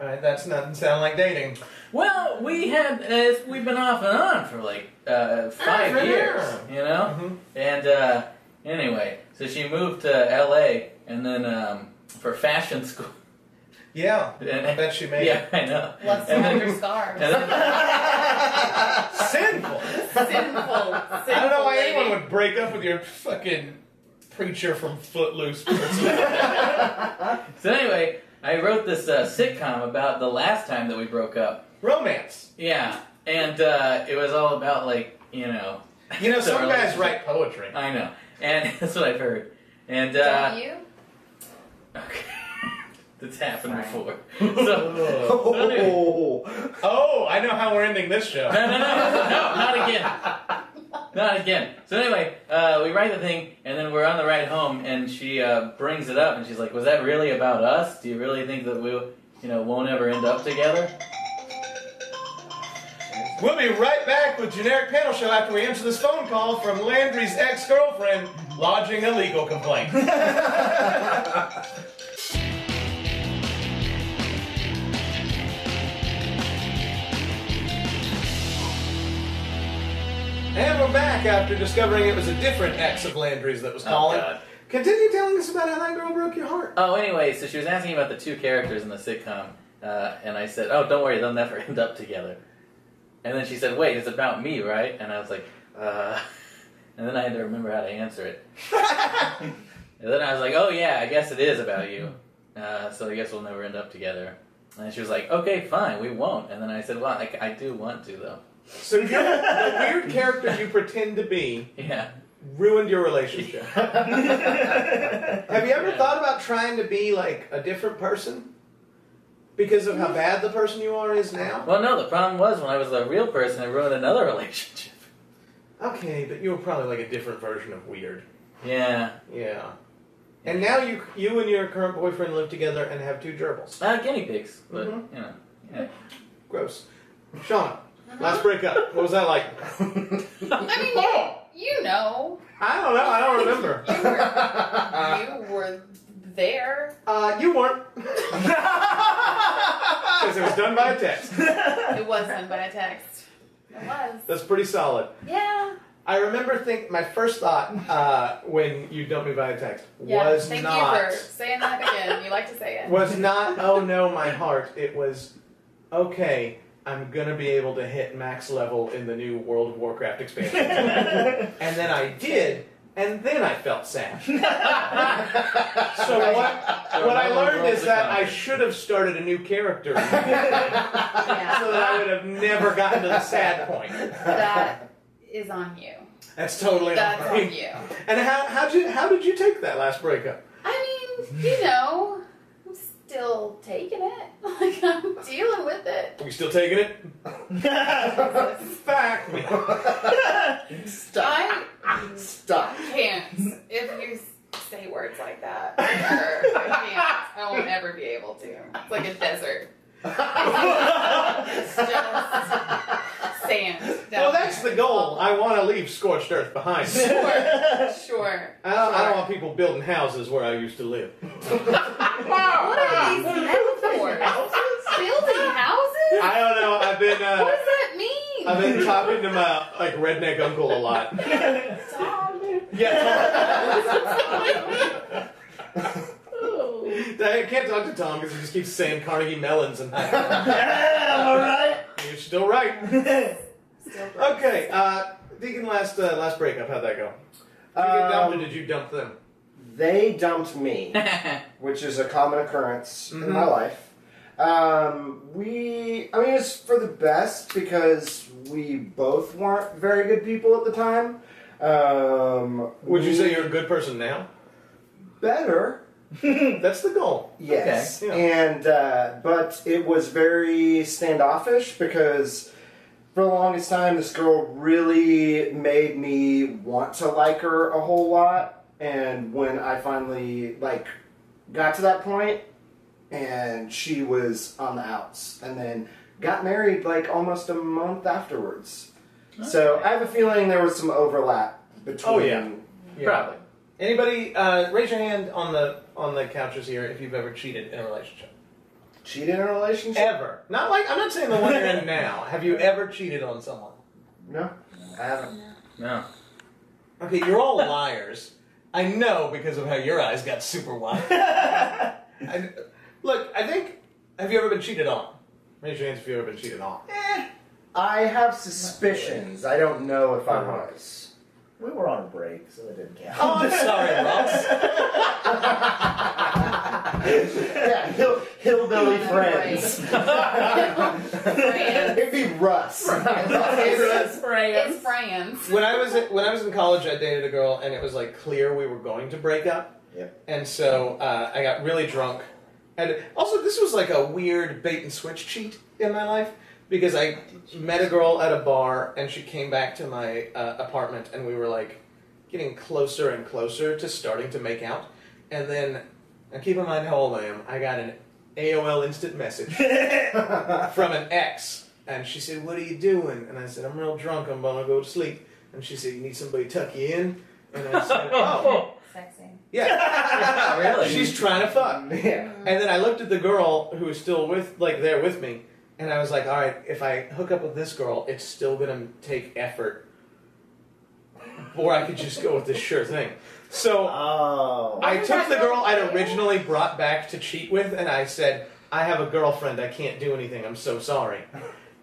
[SPEAKER 1] All right, that's not sound like dating.
[SPEAKER 3] Well, we had, uh, we've been off and on for like, uh, five
[SPEAKER 1] Half an
[SPEAKER 3] years,
[SPEAKER 1] hour.
[SPEAKER 3] you know?
[SPEAKER 1] Mhm.
[SPEAKER 3] And, uh, anyway, so she moved to LA and then, um, for fashion school.
[SPEAKER 1] Yeah, I
[SPEAKER 3] And,
[SPEAKER 1] bet she made
[SPEAKER 3] yeah, I know.
[SPEAKER 4] Lust
[SPEAKER 3] and
[SPEAKER 4] behind
[SPEAKER 3] then,
[SPEAKER 4] her scars.
[SPEAKER 3] and then,
[SPEAKER 1] it sinful.
[SPEAKER 4] sinful, sinful.
[SPEAKER 1] I don't know why anyone would break up with your fucking preacher from Footloose. person.
[SPEAKER 3] so anyway, I wrote this, uh, sitcom about the last time that we broke up.
[SPEAKER 1] Romance.
[SPEAKER 3] Yeah, and uh, it was all about like you know.
[SPEAKER 1] You know,
[SPEAKER 3] the
[SPEAKER 1] some guys
[SPEAKER 3] relationship.
[SPEAKER 1] write poetry.
[SPEAKER 3] I know, and that's what I've heard. And
[SPEAKER 4] Don't
[SPEAKER 3] uh,
[SPEAKER 4] you?
[SPEAKER 3] okay, that's happened
[SPEAKER 4] Sorry.
[SPEAKER 3] before. So
[SPEAKER 1] Ugh.
[SPEAKER 2] Oh.
[SPEAKER 1] Oh, I know how we're ending this show.
[SPEAKER 3] no, no, no, no, no, not again, not again. So anyway, uh, we write the thing, and then we're on the ride home, and she uh, brings it up, and she's like, "Was that really about us? Do you really think that we, you know, won't ever end up together?"
[SPEAKER 1] We'll be right back with Generic Panel Show after we answer this phone call from Landry's ex girlfriend lodging a legal complaint. and we're back after discovering it was a different ex of Landry's that was
[SPEAKER 3] Oh,
[SPEAKER 1] calling.
[SPEAKER 3] God.
[SPEAKER 1] Continue telling us about how that girl broke your heart.
[SPEAKER 3] Oh, anyway, so she was asking about the two characters in the sitcom, uh, and I said, "Oh, don't worry, they'll never end up together." And then she said, "Wait, it's about me, right?" And I was like, "Uh," and then I had to remember how to answer it. and then I was like, "Oh yeah, I guess it is about you." Uh, so I guess we'll never end up together. And she was like, "Okay, fine, we won't." And then I said, "Well, I, I do want to though."
[SPEAKER 1] So, you're, the weird character you pretend to be
[SPEAKER 3] Yeah.
[SPEAKER 1] ruined your relationship. Have you ever
[SPEAKER 3] Yeah.
[SPEAKER 1] thought about trying to be like a different person because of how bad the person you are is now?
[SPEAKER 3] Well, no, the problem was when I was a real person, I ruined another relationship.
[SPEAKER 1] Okay, but you were probably like a different version of weird.
[SPEAKER 3] Yeah.
[SPEAKER 1] Yeah. And now you you and your current boyfriend live together and have two gerbils.
[SPEAKER 3] Uh, guinea pigs, but
[SPEAKER 1] Mhm.
[SPEAKER 3] you know. Yeah.
[SPEAKER 1] Gross. Sean, last breakup. What was that like?
[SPEAKER 4] I mean,
[SPEAKER 1] Oh.
[SPEAKER 4] you, you know,
[SPEAKER 1] I don't know. I don't remember.
[SPEAKER 4] you were, you were there.
[SPEAKER 1] Uh, you weren't. Because it was done by a text.
[SPEAKER 4] It was done by a text. It was.
[SPEAKER 1] That's pretty solid.
[SPEAKER 4] Yeah.
[SPEAKER 1] I remember think my first thought uh, when you dumped me by a text
[SPEAKER 4] yeah.
[SPEAKER 1] was
[SPEAKER 4] Thank
[SPEAKER 1] not
[SPEAKER 4] you for saying that again. You like to say it.
[SPEAKER 1] was not oh no my heart it was okay i'm gonna be able to hit max level in the new world of warcraft expansion and then i did and then I felt sad. so what, what I learned is that I should have started a new character so
[SPEAKER 4] Yeah,
[SPEAKER 1] that I would have never gotten to the sad point.
[SPEAKER 4] that is on you.
[SPEAKER 1] That's totally
[SPEAKER 4] That's
[SPEAKER 1] all right.
[SPEAKER 4] on you.
[SPEAKER 1] And how how did how did you take that last breakup?
[SPEAKER 4] I mean, you know, I'm still taking it. Like I'm dealing with it.
[SPEAKER 1] Are we still taking it? Back me.
[SPEAKER 4] I
[SPEAKER 5] Stop.
[SPEAKER 4] can't if you s- say words like that. Ever. I can't. I won't ever be able to. It's like a desert. it's just sand. down
[SPEAKER 1] Well, that's
[SPEAKER 4] there.
[SPEAKER 1] the goal. I want to leave scorched earth behind. me.
[SPEAKER 4] Sure, sure.
[SPEAKER 1] I don't, I don't want people building houses where I used to live.
[SPEAKER 4] What are these metaphors? Building houses?
[SPEAKER 1] I don't know. I've been
[SPEAKER 4] What
[SPEAKER 1] uh,
[SPEAKER 4] does that mean?
[SPEAKER 1] I've been talking to my like redneck uncle a lot.
[SPEAKER 4] Stop.
[SPEAKER 1] Yeah,
[SPEAKER 4] Oh.
[SPEAKER 1] Tom- I can't talk to Tom because he just keeps saying Carnegie Mellons, and I,
[SPEAKER 2] Yeah,
[SPEAKER 1] you're still right.
[SPEAKER 2] all right.
[SPEAKER 4] Still broke.
[SPEAKER 1] Okay, uh, Deacon, last uh, last breakup, how'd that go? Did you get dumped or did you dump them?
[SPEAKER 5] Um, They dumped me, which is a common occurrence in
[SPEAKER 1] Mm-hmm.
[SPEAKER 5] my life. Um, we, I mean, it's for the best because we both weren't very good people at the time. Um,
[SPEAKER 1] Would you
[SPEAKER 5] we-
[SPEAKER 1] say you're a good person now?
[SPEAKER 5] better?
[SPEAKER 1] That's the goal.
[SPEAKER 5] Yes,
[SPEAKER 1] Okay, yeah.
[SPEAKER 5] and uh, but it was very standoffish because for the longest time, this girl really made me want to like her a whole lot, and when I finally like got to that point, and she was on the outs, and then got married like almost a month afterwards. So I have a feeling there was some overlap between.
[SPEAKER 1] Oh, yeah.
[SPEAKER 3] Probably.
[SPEAKER 1] Anybody, uh, raise your hand on the on the couches here if you've ever cheated in a relationship.
[SPEAKER 5] Cheated in a relationship?
[SPEAKER 1] Ever? Not like I'm not saying the one you're in now. Have you ever cheated on someone?
[SPEAKER 5] No, I haven't.
[SPEAKER 3] No.
[SPEAKER 1] Okay, you're all liars. I know because of how your eyes got super wide. I, look, I think. Have you ever been cheated on? Raise your hands if you've ever been cheated on.
[SPEAKER 5] I have suspicions. I don't know if I was.
[SPEAKER 2] We were on a break, so that didn't count.
[SPEAKER 1] Oh, I'm sorry, Ross.
[SPEAKER 5] yeah, hill, hillbilly friends.
[SPEAKER 4] Fran.
[SPEAKER 5] It'd be Russ.
[SPEAKER 4] It's
[SPEAKER 3] Spray
[SPEAKER 4] it's Fran's.
[SPEAKER 1] When I was in, when I was in college, I dated a girl, and it was like clear we were going to break up.
[SPEAKER 2] Yep.
[SPEAKER 1] And so uh, I got really drunk, and also this was like a weird bait and switch cheat in my life because I met a girl at a bar, and she came back to my uh, apartment, and we were like getting closer and closer to starting to make out, and then now keep in mind how old I am. I got an AOL instant message from an ex, and she said, "What are you doing?" And I said, "I'm real drunk. I'm gonna go to sleep." And she said, "You need somebody to tuck you in?" And I said, "Oh."
[SPEAKER 4] Sexy.
[SPEAKER 1] Yeah.
[SPEAKER 3] Really?
[SPEAKER 1] She's trying to fuck.
[SPEAKER 5] yeah.
[SPEAKER 1] And uh, then I looked at the girl who was still with, like, there with me, and I was like, all right, if I hook up with this girl, it's still gonna take effort. Or I could just go with this sure thing. So
[SPEAKER 2] Oh.
[SPEAKER 1] I took the girl I'd originally brought back to cheat with, and I said, I have a girlfriend, I can't do anything, I'm so sorry.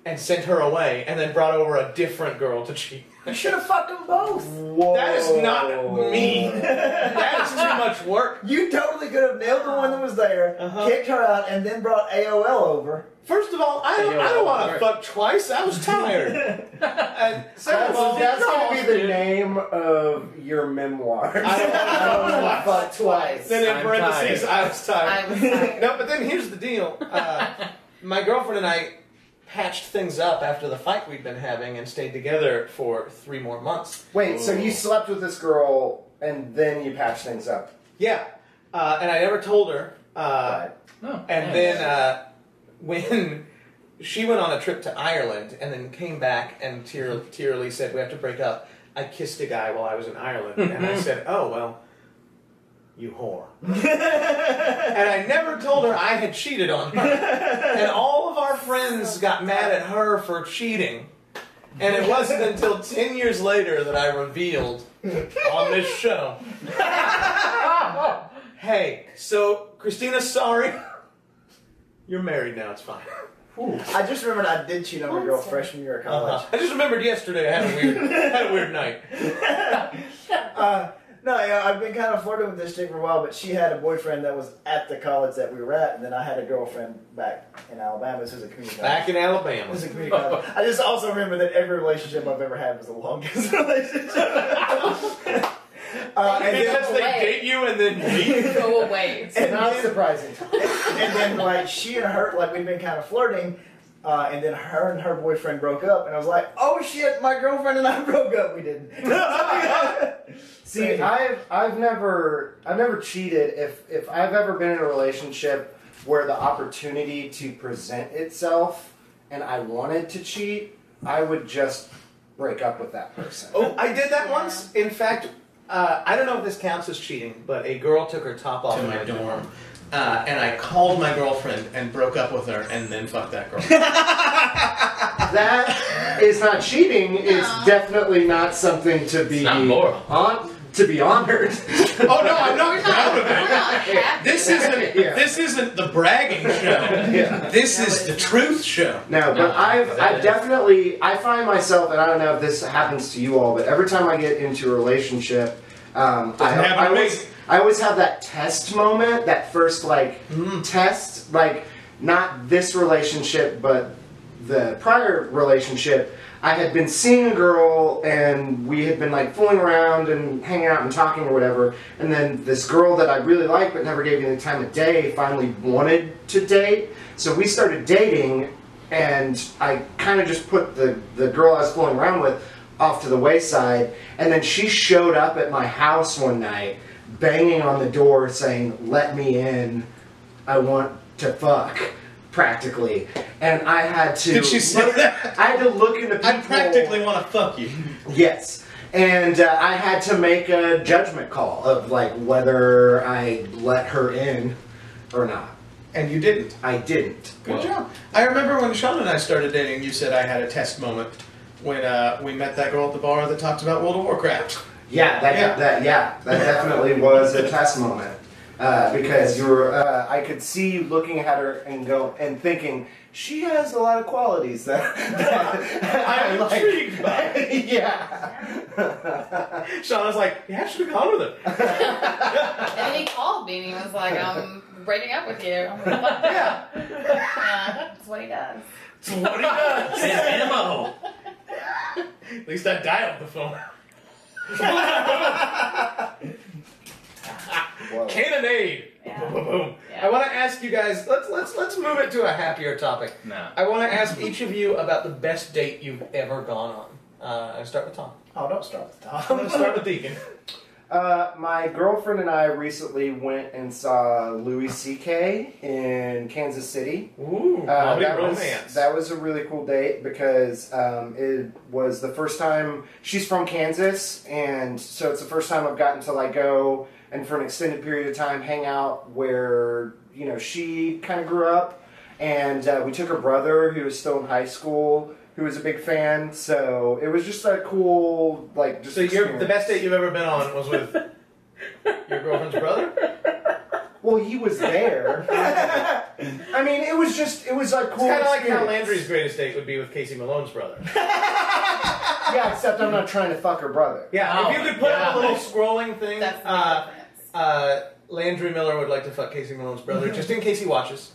[SPEAKER 1] And sent her away, and then brought over a different girl to cheat.
[SPEAKER 7] You should have fucked them both.
[SPEAKER 5] Whoa.
[SPEAKER 1] That is not
[SPEAKER 5] Oh.
[SPEAKER 1] me. That is too much work.
[SPEAKER 2] You totally could have nailed the one that was there,
[SPEAKER 1] Uh-huh.
[SPEAKER 2] kicked her out, and then brought AOL over.
[SPEAKER 1] First of all, I don't, I don't want to
[SPEAKER 3] Right.
[SPEAKER 1] fuck twice. I was tired. and second
[SPEAKER 5] That's,
[SPEAKER 1] of all,
[SPEAKER 5] that's gonna be the
[SPEAKER 1] dude.
[SPEAKER 5] name of your memoir.
[SPEAKER 1] I don't wanna fuck
[SPEAKER 5] wanna
[SPEAKER 1] twice.
[SPEAKER 5] fuck twice.
[SPEAKER 1] Then in
[SPEAKER 3] I'm
[SPEAKER 1] parentheses, I was
[SPEAKER 4] I
[SPEAKER 1] tired.
[SPEAKER 4] was like,
[SPEAKER 1] No, but then here's the deal. Uh, my girlfriend and I patched things up after the fight we'd been having and stayed together for three more months.
[SPEAKER 5] Wait, so you slept with this girl and then you patched things up?
[SPEAKER 1] Yeah, uh, and I never told her. Uh,
[SPEAKER 3] No.
[SPEAKER 1] And
[SPEAKER 3] Nice.
[SPEAKER 1] then uh, when she went on a trip to Ireland and then came back and tear- tearily said, We have to break up, I kissed a guy while I was in Ireland. and I said, Oh, well, you whore. and I never told her I had cheated on her. And all of our friends got mad at her for cheating. And it wasn't until 10 years later that I revealed on this show hey, so Christina's sorry. You're married now, it's fine.
[SPEAKER 2] I just remembered I did cheat on a girl freshman year of college.
[SPEAKER 1] Uh-huh. I just remembered yesterday I had a weird had a weird night.
[SPEAKER 2] Uh, No, yeah, I've been kind of flirting with this chick for a while, but she had a boyfriend that was at the college that we were at, and then I had a girlfriend back in Alabama. This was a community
[SPEAKER 8] Back in
[SPEAKER 2] college.
[SPEAKER 8] Alabama.
[SPEAKER 2] This was a community college. I just also remember that every relationship I've ever had was the longest relationship. uh, and then,
[SPEAKER 8] Because they
[SPEAKER 4] Away.
[SPEAKER 8] date you and then leave.
[SPEAKER 4] Go away.
[SPEAKER 2] and
[SPEAKER 5] Not
[SPEAKER 2] then-
[SPEAKER 5] surprising.
[SPEAKER 2] and then like she and her like we'd been kind of flirting uh, and then her and her boyfriend broke up and i was like oh shit my girlfriend and i broke up we didn't
[SPEAKER 5] See, I've I've never I've never cheated. If if I've ever been in a relationship where the opportunity to present itself and I wanted to cheat, I would just break up with that person.
[SPEAKER 8] Oh, I did that once. In fact, uh, I don't know if this counts as cheating, but a girl took her top off
[SPEAKER 1] to
[SPEAKER 8] in
[SPEAKER 1] my dorm. Uh, and I called my girlfriend and broke up with her and then fucked that girl.
[SPEAKER 5] That is not cheating. It's
[SPEAKER 4] No.
[SPEAKER 5] definitely not something to be
[SPEAKER 3] not moral.
[SPEAKER 5] on to be honored.
[SPEAKER 1] oh no, I'm not
[SPEAKER 4] We're not,
[SPEAKER 1] proud
[SPEAKER 4] we're
[SPEAKER 1] of it.
[SPEAKER 4] not happy.
[SPEAKER 1] This isn't
[SPEAKER 5] Yeah.
[SPEAKER 1] this isn't the bragging show.
[SPEAKER 5] yeah.
[SPEAKER 1] This
[SPEAKER 4] No,
[SPEAKER 1] is
[SPEAKER 4] it's
[SPEAKER 1] the
[SPEAKER 4] not.
[SPEAKER 1] truth show.
[SPEAKER 5] No, but
[SPEAKER 3] No,
[SPEAKER 5] I've
[SPEAKER 3] that
[SPEAKER 5] I
[SPEAKER 3] is-
[SPEAKER 5] definitely I find myself, and I don't know if this happens to you all, but every time I get into a relationship, um, I,
[SPEAKER 1] Doesn't happen
[SPEAKER 5] I
[SPEAKER 1] to me.
[SPEAKER 5] always I always have that test moment, that first like
[SPEAKER 1] Mm-hmm.
[SPEAKER 5] test, like not this relationship, but the prior relationship. I had been seeing a girl and we had been like fooling around and hanging out and talking or whatever. And then this girl that I really liked but never gave any time of day finally wanted to date. So we started dating and I kind of just put the, the girl I was fooling around with off to the wayside. And then she showed up at my house one night banging on the door saying, Let me in. I want to fuck. Practically, and I had to.
[SPEAKER 1] Did she say
[SPEAKER 5] look-
[SPEAKER 1] that?
[SPEAKER 5] I had to look into people.
[SPEAKER 1] I practically want to fuck you.
[SPEAKER 5] Yes. And uh, I had to make a judgment call of like whether I let her in or not.
[SPEAKER 1] And you didn't.
[SPEAKER 5] I didn't.
[SPEAKER 1] Good
[SPEAKER 3] Wow.
[SPEAKER 1] job. I remember when Sean and I started dating, you said I had a test moment when uh, we met that girl at the bar that talked about World of Warcraft.
[SPEAKER 5] Yeah, that
[SPEAKER 1] Yeah.
[SPEAKER 5] that yeah, that definitely was a test moment uh, because you were. Uh, I could see you looking at her and go and thinking she has a lot of qualities that, that
[SPEAKER 8] I'm
[SPEAKER 5] like-
[SPEAKER 8] intrigued by it.
[SPEAKER 5] yeah.
[SPEAKER 8] Sean was like, yeah, I should have gone with it.
[SPEAKER 4] And then he called me and he was like, I'm breaking up with you. I'm like, what?
[SPEAKER 8] Yeah.
[SPEAKER 4] Yeah, that's what he does.
[SPEAKER 8] So what do you know?
[SPEAKER 3] His ammo.
[SPEAKER 8] At least I dialed the phone.
[SPEAKER 5] Whoa.
[SPEAKER 8] Cannonade. Boom,
[SPEAKER 4] Yeah.
[SPEAKER 8] boom, boom.
[SPEAKER 4] Yeah.
[SPEAKER 8] I want to ask you guys. Let's let's let's move it to a happier topic.
[SPEAKER 3] No.
[SPEAKER 8] I want to ask each of you about the best date you've ever gone on. Uh, I start with Tom.
[SPEAKER 2] oh don't start with tom
[SPEAKER 8] I'm gonna start with Deacon.
[SPEAKER 5] Uh, my girlfriend and I recently went and saw Louis C.K. in Kansas City.
[SPEAKER 8] Ooh,
[SPEAKER 5] Uh,
[SPEAKER 8] comedy
[SPEAKER 5] that
[SPEAKER 8] romance.
[SPEAKER 5] Was, that was a really cool date because um, it was the first time she's from Kansas, and so it's the first time I've gotten to like go and for an extended period of time hang out where you know she kind of grew up, and uh, we took her brother who was still in high school. Who was a big fan, so it was just a cool, like, just.
[SPEAKER 8] so your the
[SPEAKER 5] experience.
[SPEAKER 8] best date you've ever been on was with your girlfriend's brother.
[SPEAKER 5] Well, he was there. I mean, it was just, it was a
[SPEAKER 8] It's
[SPEAKER 5] cool.
[SPEAKER 8] kind of like how
[SPEAKER 5] experience.
[SPEAKER 8] Landry's greatest date would be with Casey Malone's brother.
[SPEAKER 5] Yeah, except I'm not trying to fuck her brother.
[SPEAKER 8] Yeah,
[SPEAKER 3] Oh
[SPEAKER 8] if you
[SPEAKER 3] my
[SPEAKER 8] could put up a
[SPEAKER 3] God.
[SPEAKER 8] little scrolling thing,
[SPEAKER 4] That's the
[SPEAKER 8] uh,
[SPEAKER 4] difference.
[SPEAKER 8] uh, Landry Miller would like to fuck Casey Malone's brother, just in case he watches.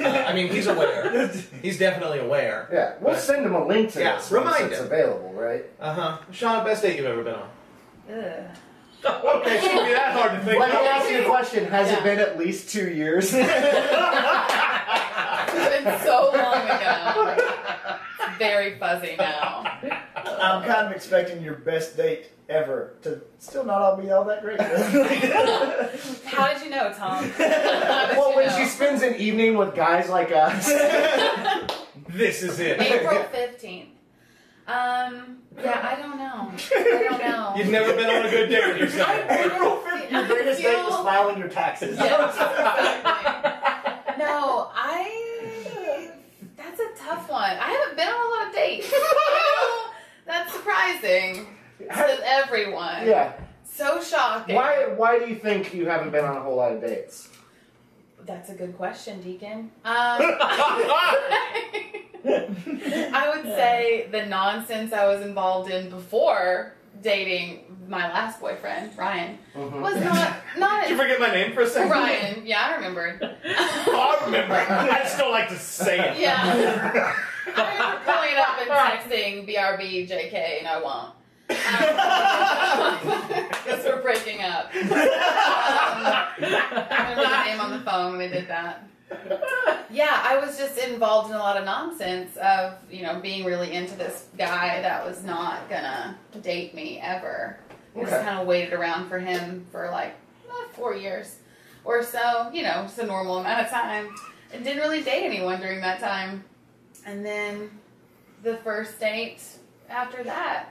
[SPEAKER 8] Uh, I mean, he's aware. He's definitely aware.
[SPEAKER 5] Yeah, we'll
[SPEAKER 8] Right.
[SPEAKER 5] send him a link to
[SPEAKER 8] Yeah,
[SPEAKER 5] this once
[SPEAKER 8] remind
[SPEAKER 5] it's
[SPEAKER 8] him.
[SPEAKER 5] available, right?
[SPEAKER 8] Uh huh. Sean, best date you've ever been on?
[SPEAKER 4] Ugh.
[SPEAKER 8] Okay, shouldn't be that hard to think.
[SPEAKER 5] Let me
[SPEAKER 8] of.
[SPEAKER 5] ask you a question. Has it
[SPEAKER 4] Yeah.
[SPEAKER 5] been at least two years?
[SPEAKER 4] It's been so long ago. It's very fuzzy now.
[SPEAKER 2] i'm kind of expecting your best date ever to still not all be all that great
[SPEAKER 4] How did you know, Tom? How did
[SPEAKER 5] well,
[SPEAKER 4] you
[SPEAKER 5] when
[SPEAKER 4] know?
[SPEAKER 5] she spends an evening with guys like us.
[SPEAKER 8] This is it.
[SPEAKER 4] April 15th. Um, yeah, I don't know. I don't know.
[SPEAKER 8] You've never been on a good date with yourself.
[SPEAKER 4] April 15th.
[SPEAKER 2] your greatest date was filing your taxes
[SPEAKER 4] No, I. That's a tough one. I haven't been on a lot of dates. Well, That's surprising to everyone.
[SPEAKER 5] yeah.
[SPEAKER 4] So shocking.
[SPEAKER 5] Why why do you think you haven't been on a whole lot of dates?
[SPEAKER 4] That's a good question, Deacon. Um, I would say the nonsense I was involved in before dating my last boyfriend, Ryan,
[SPEAKER 5] Mm-hmm.
[SPEAKER 4] was not not
[SPEAKER 1] Did you
[SPEAKER 4] as
[SPEAKER 1] forget my name for a second?
[SPEAKER 4] Ryan. Yeah, I remembered.
[SPEAKER 1] Oh, I remember. I just don't like to say it.
[SPEAKER 4] Yeah. I remember pulling up and texting BRB JK, and I won't. Because we're breaking up. Um, I remember the name on the phone when they did that. Yeah, I was just involved in a lot of nonsense of, you know, being really into this guy that was not gonna date me ever. I Just
[SPEAKER 8] Okay.
[SPEAKER 4] kind of waited around for him for like eh, four years or so, you know, just a normal amount of time. And didn't really date anyone during that time. And then the first date after that,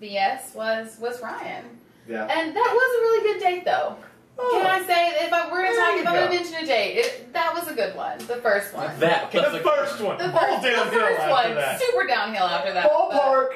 [SPEAKER 4] BS was was Ryan.
[SPEAKER 2] Yeah.
[SPEAKER 4] And that was a really good date though. Can I say if I were to
[SPEAKER 1] There
[SPEAKER 4] talk
[SPEAKER 1] you
[SPEAKER 4] if I'm gonna
[SPEAKER 1] go.
[SPEAKER 4] mention a date, it, that was a good one. The first one.
[SPEAKER 3] That plus
[SPEAKER 1] The
[SPEAKER 3] a-
[SPEAKER 1] first one.
[SPEAKER 4] the
[SPEAKER 1] All
[SPEAKER 4] first, the
[SPEAKER 1] downhill
[SPEAKER 4] first
[SPEAKER 1] after
[SPEAKER 4] one,
[SPEAKER 1] that.
[SPEAKER 4] super
[SPEAKER 8] Oh.
[SPEAKER 4] downhill after that. but
[SPEAKER 5] Ballpark.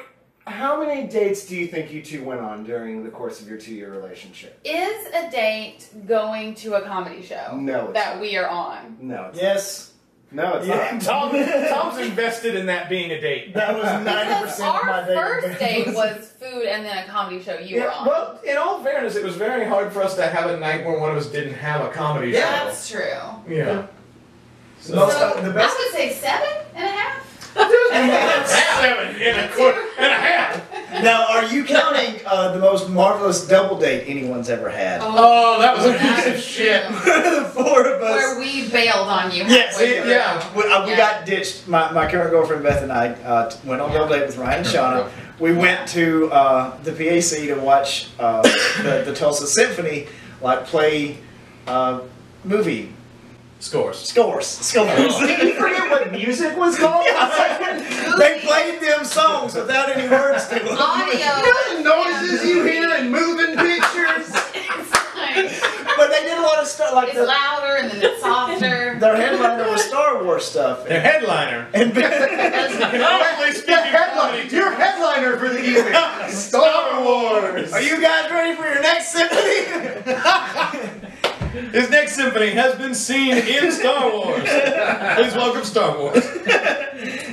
[SPEAKER 5] How many dates do you think you two went on during the course of your two-year relationship?
[SPEAKER 4] Is a date going to a comedy show
[SPEAKER 5] No, it's
[SPEAKER 4] that we are on?
[SPEAKER 5] No, it's
[SPEAKER 2] Yes,
[SPEAKER 5] no, it's
[SPEAKER 2] Yeah.
[SPEAKER 5] not.
[SPEAKER 1] Tom, Tom's invested in that being a date.
[SPEAKER 2] that was ninety
[SPEAKER 4] Because
[SPEAKER 2] percent of
[SPEAKER 4] our
[SPEAKER 2] my date.
[SPEAKER 4] first date was food and then a comedy show you were
[SPEAKER 8] Yeah,
[SPEAKER 4] on.
[SPEAKER 8] well, in all fairness, it was very hard for us to have a night where one of us didn't have a comedy
[SPEAKER 4] yeah,
[SPEAKER 8] show.
[SPEAKER 4] that's true.
[SPEAKER 8] Yeah.
[SPEAKER 2] The most-
[SPEAKER 4] So,
[SPEAKER 2] the best.
[SPEAKER 4] I would say seven and a half.
[SPEAKER 1] Seven and a quarter and a half.
[SPEAKER 2] Now, are you counting uh, the most marvelous double date anyone's ever had?
[SPEAKER 1] Oh, that was a piece of shit.
[SPEAKER 2] the four of us.
[SPEAKER 4] Where we bailed on you.
[SPEAKER 2] Yes,
[SPEAKER 4] halfway
[SPEAKER 2] it-
[SPEAKER 4] through.
[SPEAKER 1] yeah.
[SPEAKER 2] We, uh, we
[SPEAKER 4] Yeah.
[SPEAKER 2] got ditched. My, my current girlfriend Beth and I uh, t- went on a double date with Ryan and Shauna. We went to uh, the PAC to watch uh, the, the Tulsa Symphony like play uh, movie
[SPEAKER 1] Scores.
[SPEAKER 2] scores. Scores.
[SPEAKER 5] Did you forget what music was called?
[SPEAKER 2] they played them songs without any words to them.
[SPEAKER 4] Audio.
[SPEAKER 5] You know the noises you hear in moving pictures.
[SPEAKER 4] It's like-
[SPEAKER 2] But they did a lot of stuff like
[SPEAKER 4] It's
[SPEAKER 2] the,
[SPEAKER 4] louder and then it's softer.
[SPEAKER 2] their headliner was Star Wars stuff.
[SPEAKER 1] Their headliner.
[SPEAKER 2] And Beth,
[SPEAKER 1] Correctly
[SPEAKER 5] Your
[SPEAKER 1] speaking,
[SPEAKER 5] headliner,
[SPEAKER 1] comedy.
[SPEAKER 5] your headliner for the evening. Star Wars.
[SPEAKER 2] are you guys ready for your next symphony?
[SPEAKER 1] His next symphony has been seen in Star Wars. Please welcome Star Wars.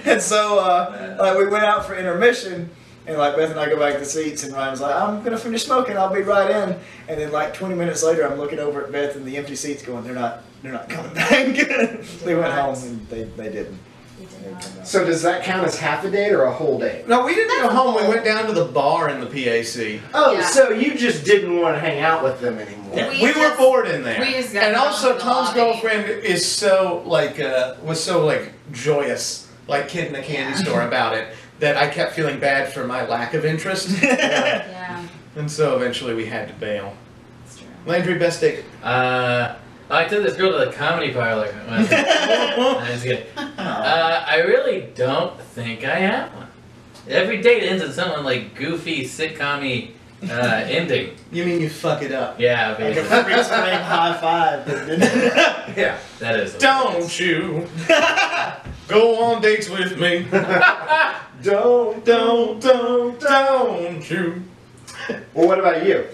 [SPEAKER 2] And so, uh, like, we went out for intermission, and like Beth and I go back to seats, and Ryan's like, "I'm gonna finish smoking. I'll be right in." And then, like, 20 minutes later, I'm looking over at Beth and the empty seats, going, "They're not, they're not coming back." they went home, and they, they didn't. They didn't.
[SPEAKER 5] So does that count as half a date or a whole date?
[SPEAKER 1] No, we didn't go home. We went down to the bar in the PAC.
[SPEAKER 5] Oh,
[SPEAKER 4] Yeah.
[SPEAKER 5] so you just didn't want to hang out with them anymore.
[SPEAKER 4] Yeah.
[SPEAKER 1] We,
[SPEAKER 4] We
[SPEAKER 1] were
[SPEAKER 4] just-
[SPEAKER 1] bored in there.
[SPEAKER 4] we just got
[SPEAKER 1] and
[SPEAKER 4] drunk in
[SPEAKER 1] also
[SPEAKER 4] the
[SPEAKER 1] Tom's
[SPEAKER 4] lobby.
[SPEAKER 1] girlfriend is so like uh, was so like joyous, like kid in a candy store about it, that I kept feeling bad for my lack of interest.
[SPEAKER 4] Yeah,
[SPEAKER 1] and so eventually we had to bail.
[SPEAKER 4] it's true.
[SPEAKER 1] Landry best date.
[SPEAKER 3] Uh, I took this girl to the comedy parlor. I was good. Uh, I really don't think I have one. Every date ends in some like goofy sitcom uh, ending.
[SPEAKER 1] You mean you fuck it up?
[SPEAKER 3] Yeah,
[SPEAKER 2] Like a
[SPEAKER 3] basically.
[SPEAKER 2] freak scream high five.
[SPEAKER 1] Yeah.
[SPEAKER 3] That is. what it is.
[SPEAKER 1] Don't you go on dates with me?
[SPEAKER 5] Don't.
[SPEAKER 1] Don't, don't, don't you?
[SPEAKER 5] Well, what about you?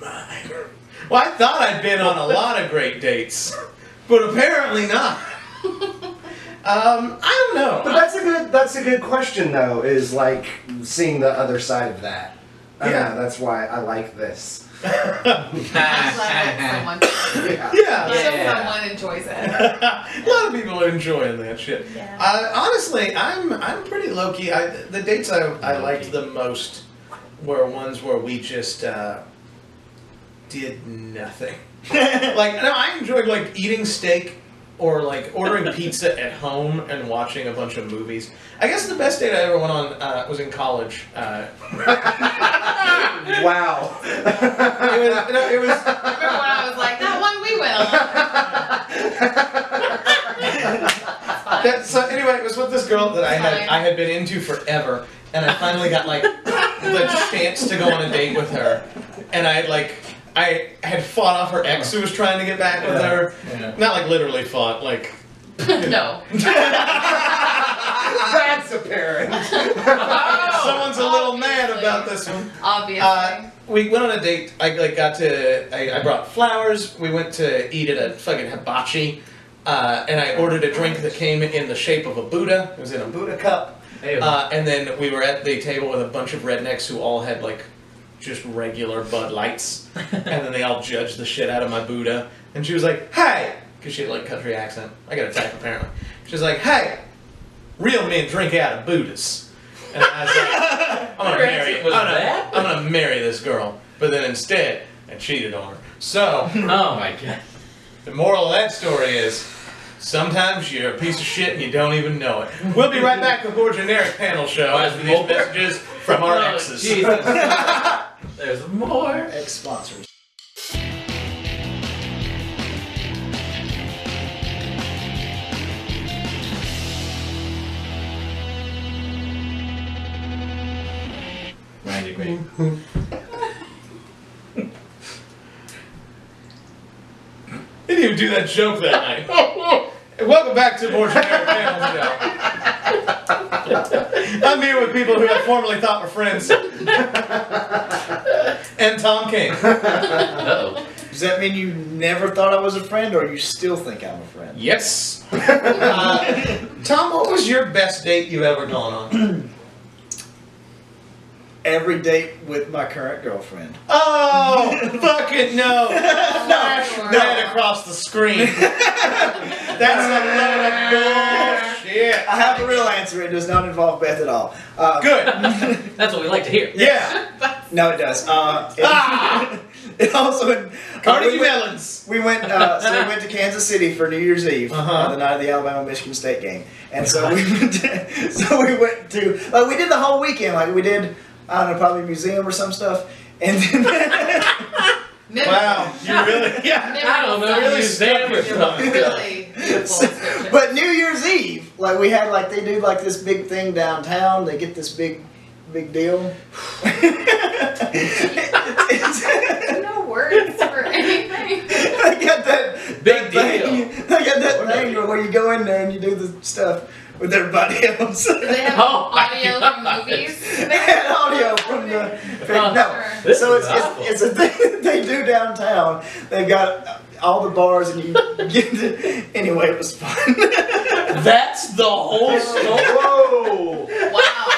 [SPEAKER 1] Well, I thought I'd been on a lot of great dates, but apparently not. um, I don't know.
[SPEAKER 5] But that's a good. That's a good question, though. Is like seeing the other side of that. Uh,
[SPEAKER 1] Yeah.
[SPEAKER 5] that's why I like this.
[SPEAKER 4] That's what I like someone.
[SPEAKER 5] Yeah.
[SPEAKER 1] yeah,
[SPEAKER 4] Yeah.
[SPEAKER 3] Yeah.
[SPEAKER 4] Someone enjoys it.
[SPEAKER 1] a lot of people are enjoying that shit.
[SPEAKER 4] Yeah.
[SPEAKER 1] Uh, honestly, I'm I'm pretty low key. I, the dates I, I liked the most were ones where we just uh, did nothing. like no, I enjoyed like eating steak or like ordering pizza at home and watching a bunch of movies. I guess the best date I ever went on uh, was in college. Uh,
[SPEAKER 5] Wow.
[SPEAKER 1] it was, no, it was
[SPEAKER 4] Remember when I was like, that one we went on?
[SPEAKER 1] That, so anyway, it was with this girl that I had
[SPEAKER 4] Fine.
[SPEAKER 1] I had been into forever, and I finally got like the chance to go on a date with her, and I had like I had fought off her ex who was trying to get back with her,
[SPEAKER 3] Yeah.
[SPEAKER 1] not like literally fought, like
[SPEAKER 4] no.
[SPEAKER 2] Oh.
[SPEAKER 5] that's apparent.
[SPEAKER 1] someone's a little mad
[SPEAKER 4] obviously.
[SPEAKER 1] about this one.
[SPEAKER 4] Obviously.
[SPEAKER 1] Uh, we went on a date. I like got to. I, I brought flowers. We went to eat at a fucking hibachi, uh, and I ordered a drink that came in the shape of a Buddha. It was in a Buddha cup.
[SPEAKER 3] Hey, oh
[SPEAKER 1] Uh, and then we were at the table with a bunch of rednecks who all had like just regular Bud Lights. and then they all judged the shit out of my Buddha. And she was like, hey! Because she had like country accent. I got a type apparently. She was like, hey! Real men drink out of Buddhas. And I was like, I'm gonna
[SPEAKER 3] Her
[SPEAKER 1] marry
[SPEAKER 3] accent was
[SPEAKER 1] I'm gonna-
[SPEAKER 3] that?
[SPEAKER 1] I'm gonna marry this girl. But then instead, I cheated on her. So
[SPEAKER 3] Oh my god.
[SPEAKER 1] the moral of that story is sometimes you're a piece of shit and you don't even know it. We'll be right back with more generic panel show after these
[SPEAKER 3] More?
[SPEAKER 1] messages from our
[SPEAKER 3] Oh,
[SPEAKER 1] exes.
[SPEAKER 3] Jesus. There's more.
[SPEAKER 2] Ex sponsors.
[SPEAKER 3] Randy Great.
[SPEAKER 1] Didn't even do that joke that night. And welcome back to more generic panel show. I'm here with people who I formerly thought were friends. and Tom King.
[SPEAKER 3] Uh-oh.
[SPEAKER 2] Does that mean you never thought I was a friend, or you still think I'm a friend?
[SPEAKER 1] Yes. Uh, Tom, what was your best date you've ever gone on?
[SPEAKER 2] Every date with my current girlfriend.
[SPEAKER 1] Oh, fucking no.
[SPEAKER 4] No,
[SPEAKER 1] Right across the screen. That's a load of bullshit.
[SPEAKER 2] I have a real answer. It does not involve Beth at all. Uh,
[SPEAKER 1] Good.
[SPEAKER 3] That's what we like to hear.
[SPEAKER 1] Yeah.
[SPEAKER 2] No, it does. Uh, it,
[SPEAKER 1] Ah!
[SPEAKER 2] it also.
[SPEAKER 1] Carnegie
[SPEAKER 2] we went-
[SPEAKER 1] Mellon's.
[SPEAKER 2] We went. Uh, so we went to Kansas City for New Year's Eve,
[SPEAKER 1] Uh-huh.
[SPEAKER 2] uh, the night of the Alabama Michigan State game, and so we went. To, so we went to. Like we did the whole weekend. Like we did. I don't know, probably a museum or some stuff, and then.
[SPEAKER 1] Wow. You really? Yeah.
[SPEAKER 3] I don't know.
[SPEAKER 1] Really
[SPEAKER 3] Really
[SPEAKER 1] stuck
[SPEAKER 3] stand
[SPEAKER 1] with
[SPEAKER 3] with something.
[SPEAKER 4] Really beautiful description.
[SPEAKER 2] But New Year's Eve, like we had like they do like this big thing downtown. They get this big, big deal. they
[SPEAKER 4] no words for anything.
[SPEAKER 2] got that that
[SPEAKER 3] Big
[SPEAKER 2] thing- They got that
[SPEAKER 3] We're
[SPEAKER 2] thing where you go in there and you do the stuff with everybody else.
[SPEAKER 4] Do they have
[SPEAKER 3] Oh my
[SPEAKER 4] audio from
[SPEAKER 3] God.
[SPEAKER 4] movies?
[SPEAKER 2] they had audio from the
[SPEAKER 3] Oh,
[SPEAKER 2] no.
[SPEAKER 3] This
[SPEAKER 2] so
[SPEAKER 3] is
[SPEAKER 2] it's,
[SPEAKER 3] awful.
[SPEAKER 2] it's, it's a thing that they do downtown. They've got all the bars and you get to, anyway. It was fun.
[SPEAKER 1] That's the whole story.
[SPEAKER 5] Whoa!
[SPEAKER 4] Wow.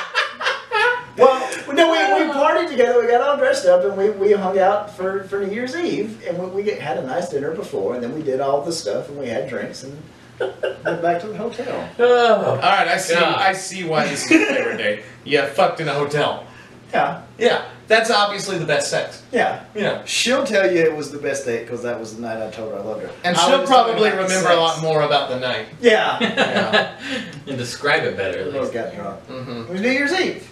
[SPEAKER 2] Well, no, we, we partied together. We got all dressed up, and we, we hung out for, for New Year's Eve, and we, we get, had a nice dinner before, and then we did all the stuff, and we had drinks, and went back to the hotel.
[SPEAKER 1] All
[SPEAKER 3] Oh.
[SPEAKER 1] right, I see.
[SPEAKER 3] Yeah.
[SPEAKER 1] I see why this is your favorite date. Yeah, fucked in a hotel.
[SPEAKER 2] Yeah,
[SPEAKER 1] Yeah, that's obviously the best sex.
[SPEAKER 2] yeah.
[SPEAKER 1] Yeah,
[SPEAKER 2] She'll tell you it was the best date because that was the night I told her I loved her,
[SPEAKER 1] and
[SPEAKER 2] I
[SPEAKER 1] she'll
[SPEAKER 2] was talking
[SPEAKER 1] probably
[SPEAKER 2] about the
[SPEAKER 1] remember a lot
[SPEAKER 2] sex.
[SPEAKER 1] more about the night.
[SPEAKER 2] Yeah,
[SPEAKER 3] and describe it better,
[SPEAKER 2] we
[SPEAKER 3] at
[SPEAKER 2] both
[SPEAKER 3] least.
[SPEAKER 2] got drunk.
[SPEAKER 1] hmm
[SPEAKER 2] It was New Year's Eve.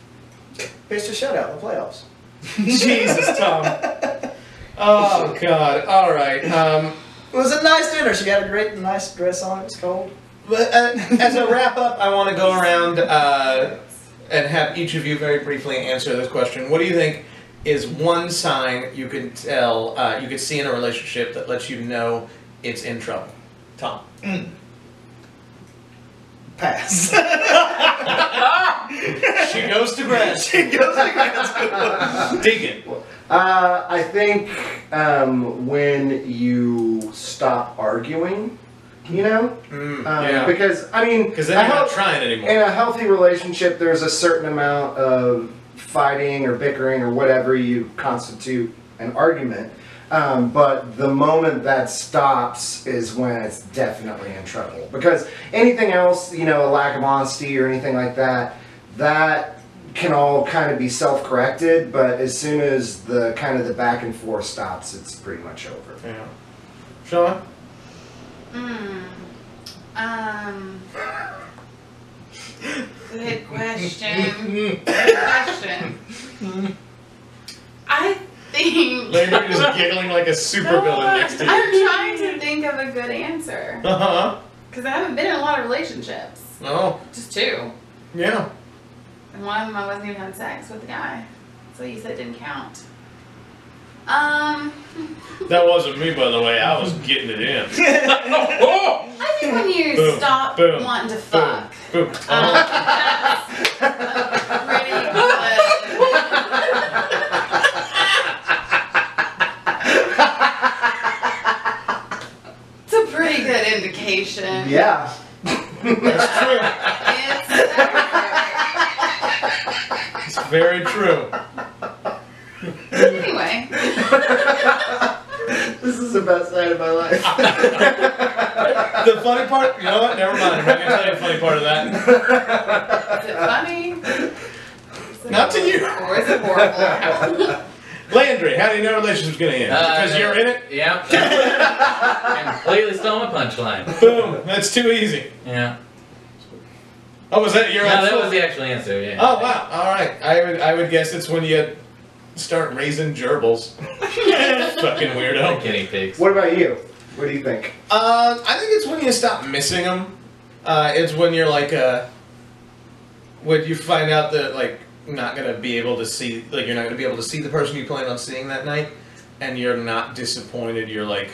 [SPEAKER 2] Pitched a shutout in the playoffs.
[SPEAKER 1] Jesus, Tom. Oh God. All right. Um,
[SPEAKER 2] It was a nice dinner. She had a great, nice dress on. It was cold.
[SPEAKER 1] But uh, as a wrap up, I want to go around uh, and have each of you very briefly answer this question. What do you think is one sign you can tell, uh, you could see in a relationship that lets you know it's in trouble? Tom.
[SPEAKER 2] Pass.
[SPEAKER 1] She goes to grass.
[SPEAKER 2] she goes like that.
[SPEAKER 1] Digging.
[SPEAKER 5] Uh, I think um, when you stop arguing, you know,
[SPEAKER 1] Mm,
[SPEAKER 5] um,
[SPEAKER 1] yeah.
[SPEAKER 5] because I mean,
[SPEAKER 1] Because
[SPEAKER 5] I
[SPEAKER 1] then you're not
[SPEAKER 5] hope-
[SPEAKER 1] trying anymore.
[SPEAKER 5] in a healthy relationship, there's a certain amount of fighting or bickering or whatever you constitute an argument. Um, but the moment that stops is when it's definitely in trouble. Because anything else, you know, a lack of honesty or anything like that, that can all kind of be self corrected. But as soon as the kind of the back and forth stops, it's pretty much over.
[SPEAKER 1] yeah. Sean?
[SPEAKER 4] Hmm. Um. Good question. Good question. I think.
[SPEAKER 1] Landry is giggling like a super villain next to you.
[SPEAKER 4] I'm trying to think of a good answer
[SPEAKER 1] Uh huh.
[SPEAKER 4] because I haven't been in a lot of relationships.
[SPEAKER 1] Oh,
[SPEAKER 4] Just two,
[SPEAKER 1] yeah.
[SPEAKER 4] and one of them I wasn't even having sex with a guy, so you said didn't count. Um.
[SPEAKER 1] That wasn't me, by the way. I was getting it in.
[SPEAKER 4] I think when you
[SPEAKER 1] Boom,
[SPEAKER 4] stop
[SPEAKER 1] boom,
[SPEAKER 4] wanting to fuck.
[SPEAKER 1] Boom.
[SPEAKER 4] Um, that's pretty good. It's a pretty good indication.
[SPEAKER 5] Yeah.
[SPEAKER 1] That's true.
[SPEAKER 4] It's there.
[SPEAKER 1] It's very true.
[SPEAKER 4] Anyway,
[SPEAKER 5] This is the best night of my life.
[SPEAKER 1] The funny part, you know what? Never mind. I'm not gonna tell you a funny part of that.
[SPEAKER 4] is it funny? Is it
[SPEAKER 1] Not to you.
[SPEAKER 4] Or is it horrible?
[SPEAKER 1] Landry, how do you know relationship's gonna end? because
[SPEAKER 3] Uh,
[SPEAKER 1] you're in it.
[SPEAKER 3] Yeah. that's- completely stole my punchline.
[SPEAKER 1] Boom. That's too easy.
[SPEAKER 3] Yeah.
[SPEAKER 1] Oh, was that your?
[SPEAKER 3] no, that
[SPEAKER 1] actual-
[SPEAKER 3] was the actual answer. Yeah.
[SPEAKER 1] Oh wow! All right, I would I would guess it's when you start raising gerbils. Fucking
[SPEAKER 3] Like
[SPEAKER 1] weirdo.
[SPEAKER 3] guinea pigs.
[SPEAKER 5] What about you? What do you think?
[SPEAKER 1] Uh, I think it's when you stop missing them. Uh, it's when you're like uh, when you find out that like not gonna be able to see like you're not gonna be able to see the person you plan on seeing that night, and you're not disappointed. You're like,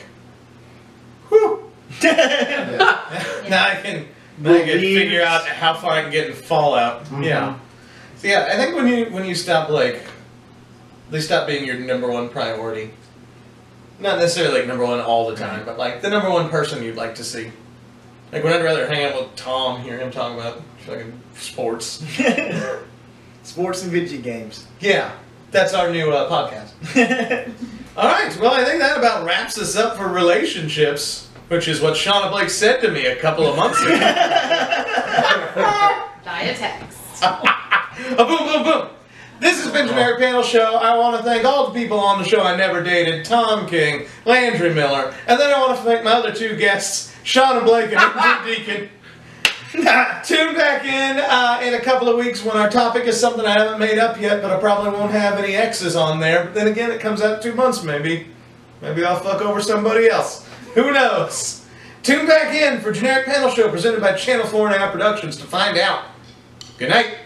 [SPEAKER 1] whew.
[SPEAKER 5] Yeah.
[SPEAKER 1] now I can now I can
[SPEAKER 5] Relieved.
[SPEAKER 1] figure out how far I can get in Fallout. Yeah. So yeah, I think when you when you stop like they stop being your number one priority. Not necessarily like number one all the time, but like the number one person you'd like to see. Like when I'd rather hang out with Tom, hear him talk about fucking sports.
[SPEAKER 2] Sports and video games.
[SPEAKER 1] Yeah, that's our new uh, podcast. All right, well, I think that about wraps us up for relationships, which is what Shauna Blake said to me a couple of months ago.
[SPEAKER 4] Via text.
[SPEAKER 1] A boom, boom, boom. This has been Generic Panel Show. I want to thank all the people on the show I never dated Tom King, Landry Miller, and then I want to thank my other two guests, Shauna Blake and Andrew Deacon. Tune back in uh, in a couple of weeks when our topic is something I haven't made up yet, but I probably won't have any X's on there. But then again, it comes out two months maybe. Maybe I'll fuck over somebody else. Who knows? Tune back in for Generic Panel Show presented by Channel 4 and Hour Productions to find out. Good night.